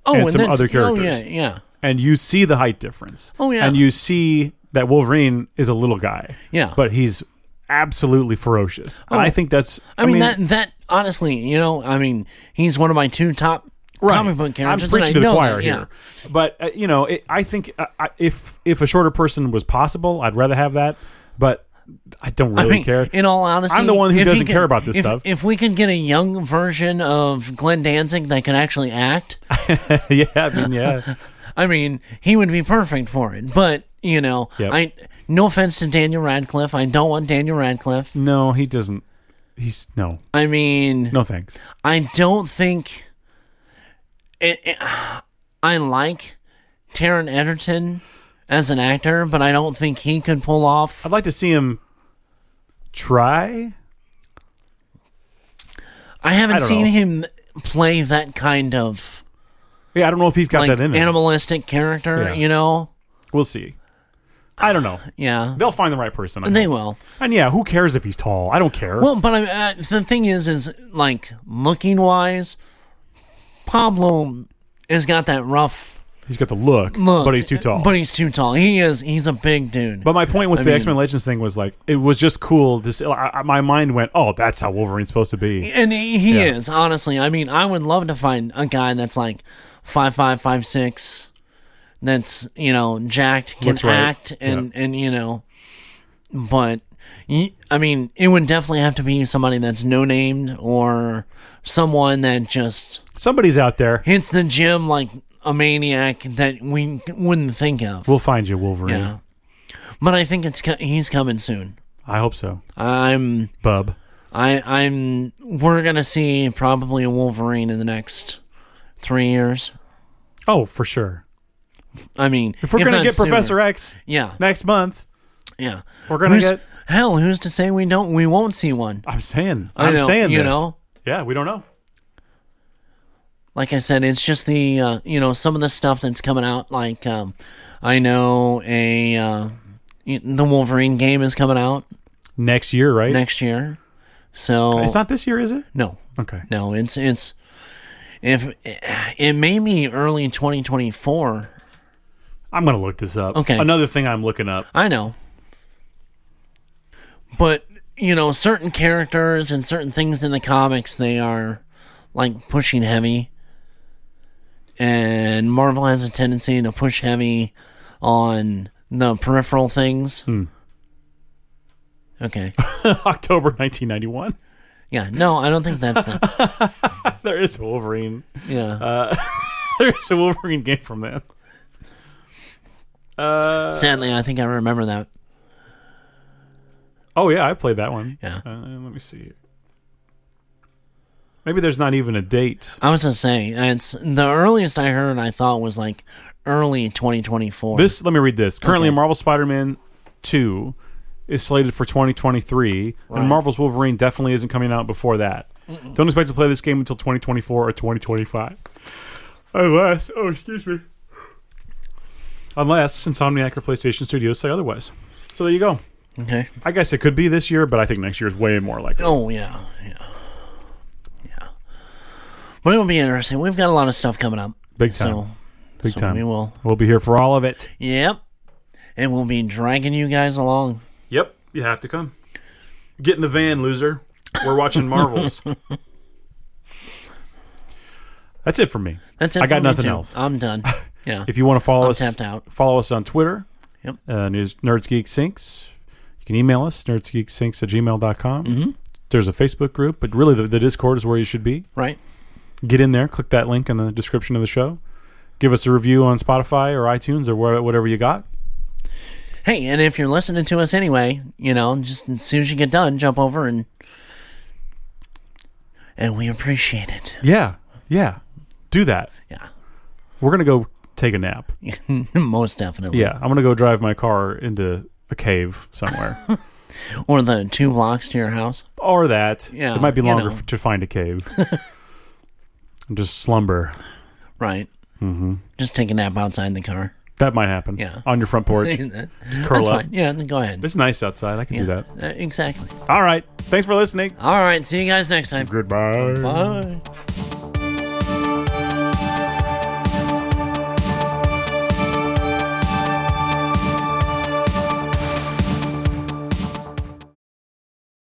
Speaker 2: Oh,
Speaker 1: And
Speaker 2: and,
Speaker 1: some
Speaker 2: that's-
Speaker 1: other characters.
Speaker 2: Oh yeah, yeah,
Speaker 1: and you see the height difference.
Speaker 2: Oh, yeah.
Speaker 1: And you see that Wolverine is a little guy.
Speaker 2: Yeah. Oh.
Speaker 1: But he's absolutely ferocious. And I think that's
Speaker 2: I, mean, that that honestly, you know, I mean, he's one of my two top comic book characters.
Speaker 1: I'm
Speaker 2: and I
Speaker 1: preaching to the
Speaker 2: know that,
Speaker 1: choir
Speaker 2: yeah.
Speaker 1: here, but uh, you know, it, I think uh, I, if if a shorter person was possible, I'd rather have that. But I don't really
Speaker 2: I mean,
Speaker 1: care.
Speaker 2: In all honesty,
Speaker 1: I'm the one who
Speaker 2: if he
Speaker 1: doesn't
Speaker 2: could-
Speaker 1: care about this
Speaker 2: if-
Speaker 1: stuff.
Speaker 2: If we could get a young version of Glenn Danzig that could
Speaker 1: <laughs>
Speaker 2: actually act,
Speaker 1: yeah, I mean, yeah.
Speaker 2: I mean, he would be perfect for it. But you know,
Speaker 1: Yep.
Speaker 2: I no offense to Daniel Radcliffe, I don't want Daniel Radcliffe.
Speaker 1: No, he doesn't. He's no,
Speaker 2: I mean,
Speaker 1: no thanks.
Speaker 2: I don't think it, it- I like Taron Egerton as an actor, but I don't think he could pull off.
Speaker 1: I'd like to see him try.
Speaker 2: I haven't
Speaker 1: I don't
Speaker 2: seen
Speaker 1: know.
Speaker 2: him play that kind of
Speaker 1: Yeah, I don't know if he's got
Speaker 2: like
Speaker 1: that in him.
Speaker 2: animalistic character,
Speaker 1: Yeah.
Speaker 2: you know?
Speaker 1: We'll see. I don't know.
Speaker 2: Yeah.
Speaker 1: They'll find the right person. I
Speaker 2: They
Speaker 1: hope.
Speaker 2: will.
Speaker 1: and yeah, who cares if he's tall? I don't care.
Speaker 2: Well, but I, uh, the thing is, is like looking wise, Pablo has got that rough
Speaker 1: he's got the look,
Speaker 2: look.
Speaker 1: but he's too tall.
Speaker 2: But he's too tall. He is. He's a big dude.
Speaker 1: But my point with the
Speaker 2: mean-
Speaker 1: X Men Legends thing was like it was just cool. This I, I- my mind went, oh, that's how Wolverine's supposed to be.
Speaker 2: and he, he
Speaker 1: Yeah.
Speaker 2: is honestly. I mean, I would love to find a guy that's like five five five six, that's you know jacked, can
Speaker 1: Looks right.
Speaker 2: act, and and you know, but. y- I mean, it would definitely have to be somebody that's no named or someone that just
Speaker 1: Somebody's out there.
Speaker 2: hits the gym like a maniac that we wouldn't think of.
Speaker 1: We'll find you, Wolverine.
Speaker 2: Yeah, but I think it's co- he's coming soon.
Speaker 1: I hope so.
Speaker 2: I'm
Speaker 1: Bub.
Speaker 2: I I'm we're gonna see probably a Wolverine in the next three years.
Speaker 1: Oh, for sure.
Speaker 2: I mean,
Speaker 1: If we're going to
Speaker 2: not
Speaker 1: get
Speaker 2: sooner.
Speaker 1: Professor X
Speaker 2: yeah,
Speaker 1: next month,
Speaker 2: yeah,
Speaker 1: we're going to
Speaker 2: Who's-
Speaker 1: get.
Speaker 2: hell. Who's to say we don't? We won't see one.
Speaker 1: I'm saying.
Speaker 2: I
Speaker 1: I'm
Speaker 2: know,
Speaker 1: saying
Speaker 2: you
Speaker 1: this.
Speaker 2: know.
Speaker 1: Yeah, we don't know.
Speaker 2: Like I said, it's just the uh, you know some of the stuff that's coming out. Like um, I know a uh, y- the Wolverine game is coming out
Speaker 1: Next year, right?
Speaker 2: next year, so
Speaker 1: It's not this year, is it?
Speaker 2: no,
Speaker 1: Okay.
Speaker 2: no, it's it's if it may be early 2024.
Speaker 1: I'm going to look this up.
Speaker 2: Okay.
Speaker 1: Another thing I'm looking up. <laughs>
Speaker 2: I know. But, you know, certain characters and certain things in the comics, they are like pushing heavy. And Marvel has a tendency to push heavy on the peripheral things.
Speaker 1: Hmm.
Speaker 2: Okay. <laughs>
Speaker 1: October 1991.
Speaker 2: Yeah. No, I don't
Speaker 1: <laughs>
Speaker 2: think that's. Not,
Speaker 1: there is a Wolverine. <laughs>
Speaker 2: yeah.
Speaker 1: There's a Wolverine game from that. Uh,
Speaker 2: Sadly, I think I remember that.
Speaker 1: oh, yeah, I played that one.
Speaker 2: Yeah.
Speaker 1: Uh, let me see. Maybe there's not even a date.
Speaker 2: I was just saying, it's the earliest I heard. I thought was like early 2024.
Speaker 1: This let me read this. Currently,
Speaker 2: Okay.
Speaker 1: Marvel Spider-Man Two is slated for 2023, and Marvel's Wolverine definitely isn't coming out before that. Don't expect to play this game until 2024 or 2025, unless oh excuse me, unless Insomniac or PlayStation Studios say otherwise. So there you go.
Speaker 2: okay.
Speaker 1: I guess it could be this year, but I think next year is way more likely.
Speaker 2: Oh yeah, yeah, yeah. But it'll be interesting. We've got a lot of stuff coming up.
Speaker 1: Big time,
Speaker 2: So
Speaker 1: big
Speaker 2: so
Speaker 1: time.
Speaker 2: we
Speaker 1: We
Speaker 2: will.
Speaker 1: will be here for all of it.
Speaker 2: Yep. And we'll be dragging you guys along.
Speaker 1: Yep, you have to come. Get in the van, loser. We're <laughs> watching Marvels. That's it for me.
Speaker 2: That's it.
Speaker 1: I got
Speaker 2: for me,
Speaker 1: nothing
Speaker 2: too.
Speaker 1: else. <laughs>
Speaker 2: I'm done. Yeah.
Speaker 1: If you want to follow
Speaker 2: I'm
Speaker 1: us,
Speaker 2: tapped out.
Speaker 1: follow us on Twitter.
Speaker 2: Yep.
Speaker 1: Uh, news, Nerds Geek Sinks. You can email us, nerdsgeeksinks at gmail.com. Mm-hmm. There's a Facebook group, but really the, the Discord is where you should be.
Speaker 2: right.
Speaker 1: Get in there, click that link in the description of the show. Give us a review on Spotify or iTunes or where, whatever you got.
Speaker 2: Hey, and if you're listening to us anyway, you know, just as soon as you get done, jump over and and we appreciate it.
Speaker 1: Yeah, yeah. Do that.
Speaker 2: Yeah.
Speaker 1: We're going to go take a nap.
Speaker 2: <laughs> Most definitely.
Speaker 1: Yeah, I'm gonna go drive my car into a cave
Speaker 2: <laughs>
Speaker 1: somewhere,
Speaker 2: Or the two blocks to your house.
Speaker 1: or that.
Speaker 2: Yeah,
Speaker 1: it might be
Speaker 2: you
Speaker 1: longer
Speaker 2: know.
Speaker 1: f- to find a
Speaker 2: <laughs>
Speaker 1: cave. And just slumber.
Speaker 2: Right. Mm-hmm. Just take a nap outside the car.
Speaker 1: That might happen.
Speaker 2: Yeah.
Speaker 1: on your front
Speaker 2: <laughs>
Speaker 1: porch.
Speaker 2: That's
Speaker 1: Just curl up.
Speaker 2: fine. Yeah, go ahead.
Speaker 1: It's nice outside. I can do that.
Speaker 2: Uh, Exactly.
Speaker 1: All right. Thanks for listening.
Speaker 2: All right. See you guys next time.
Speaker 1: Goodbye.
Speaker 2: Bye.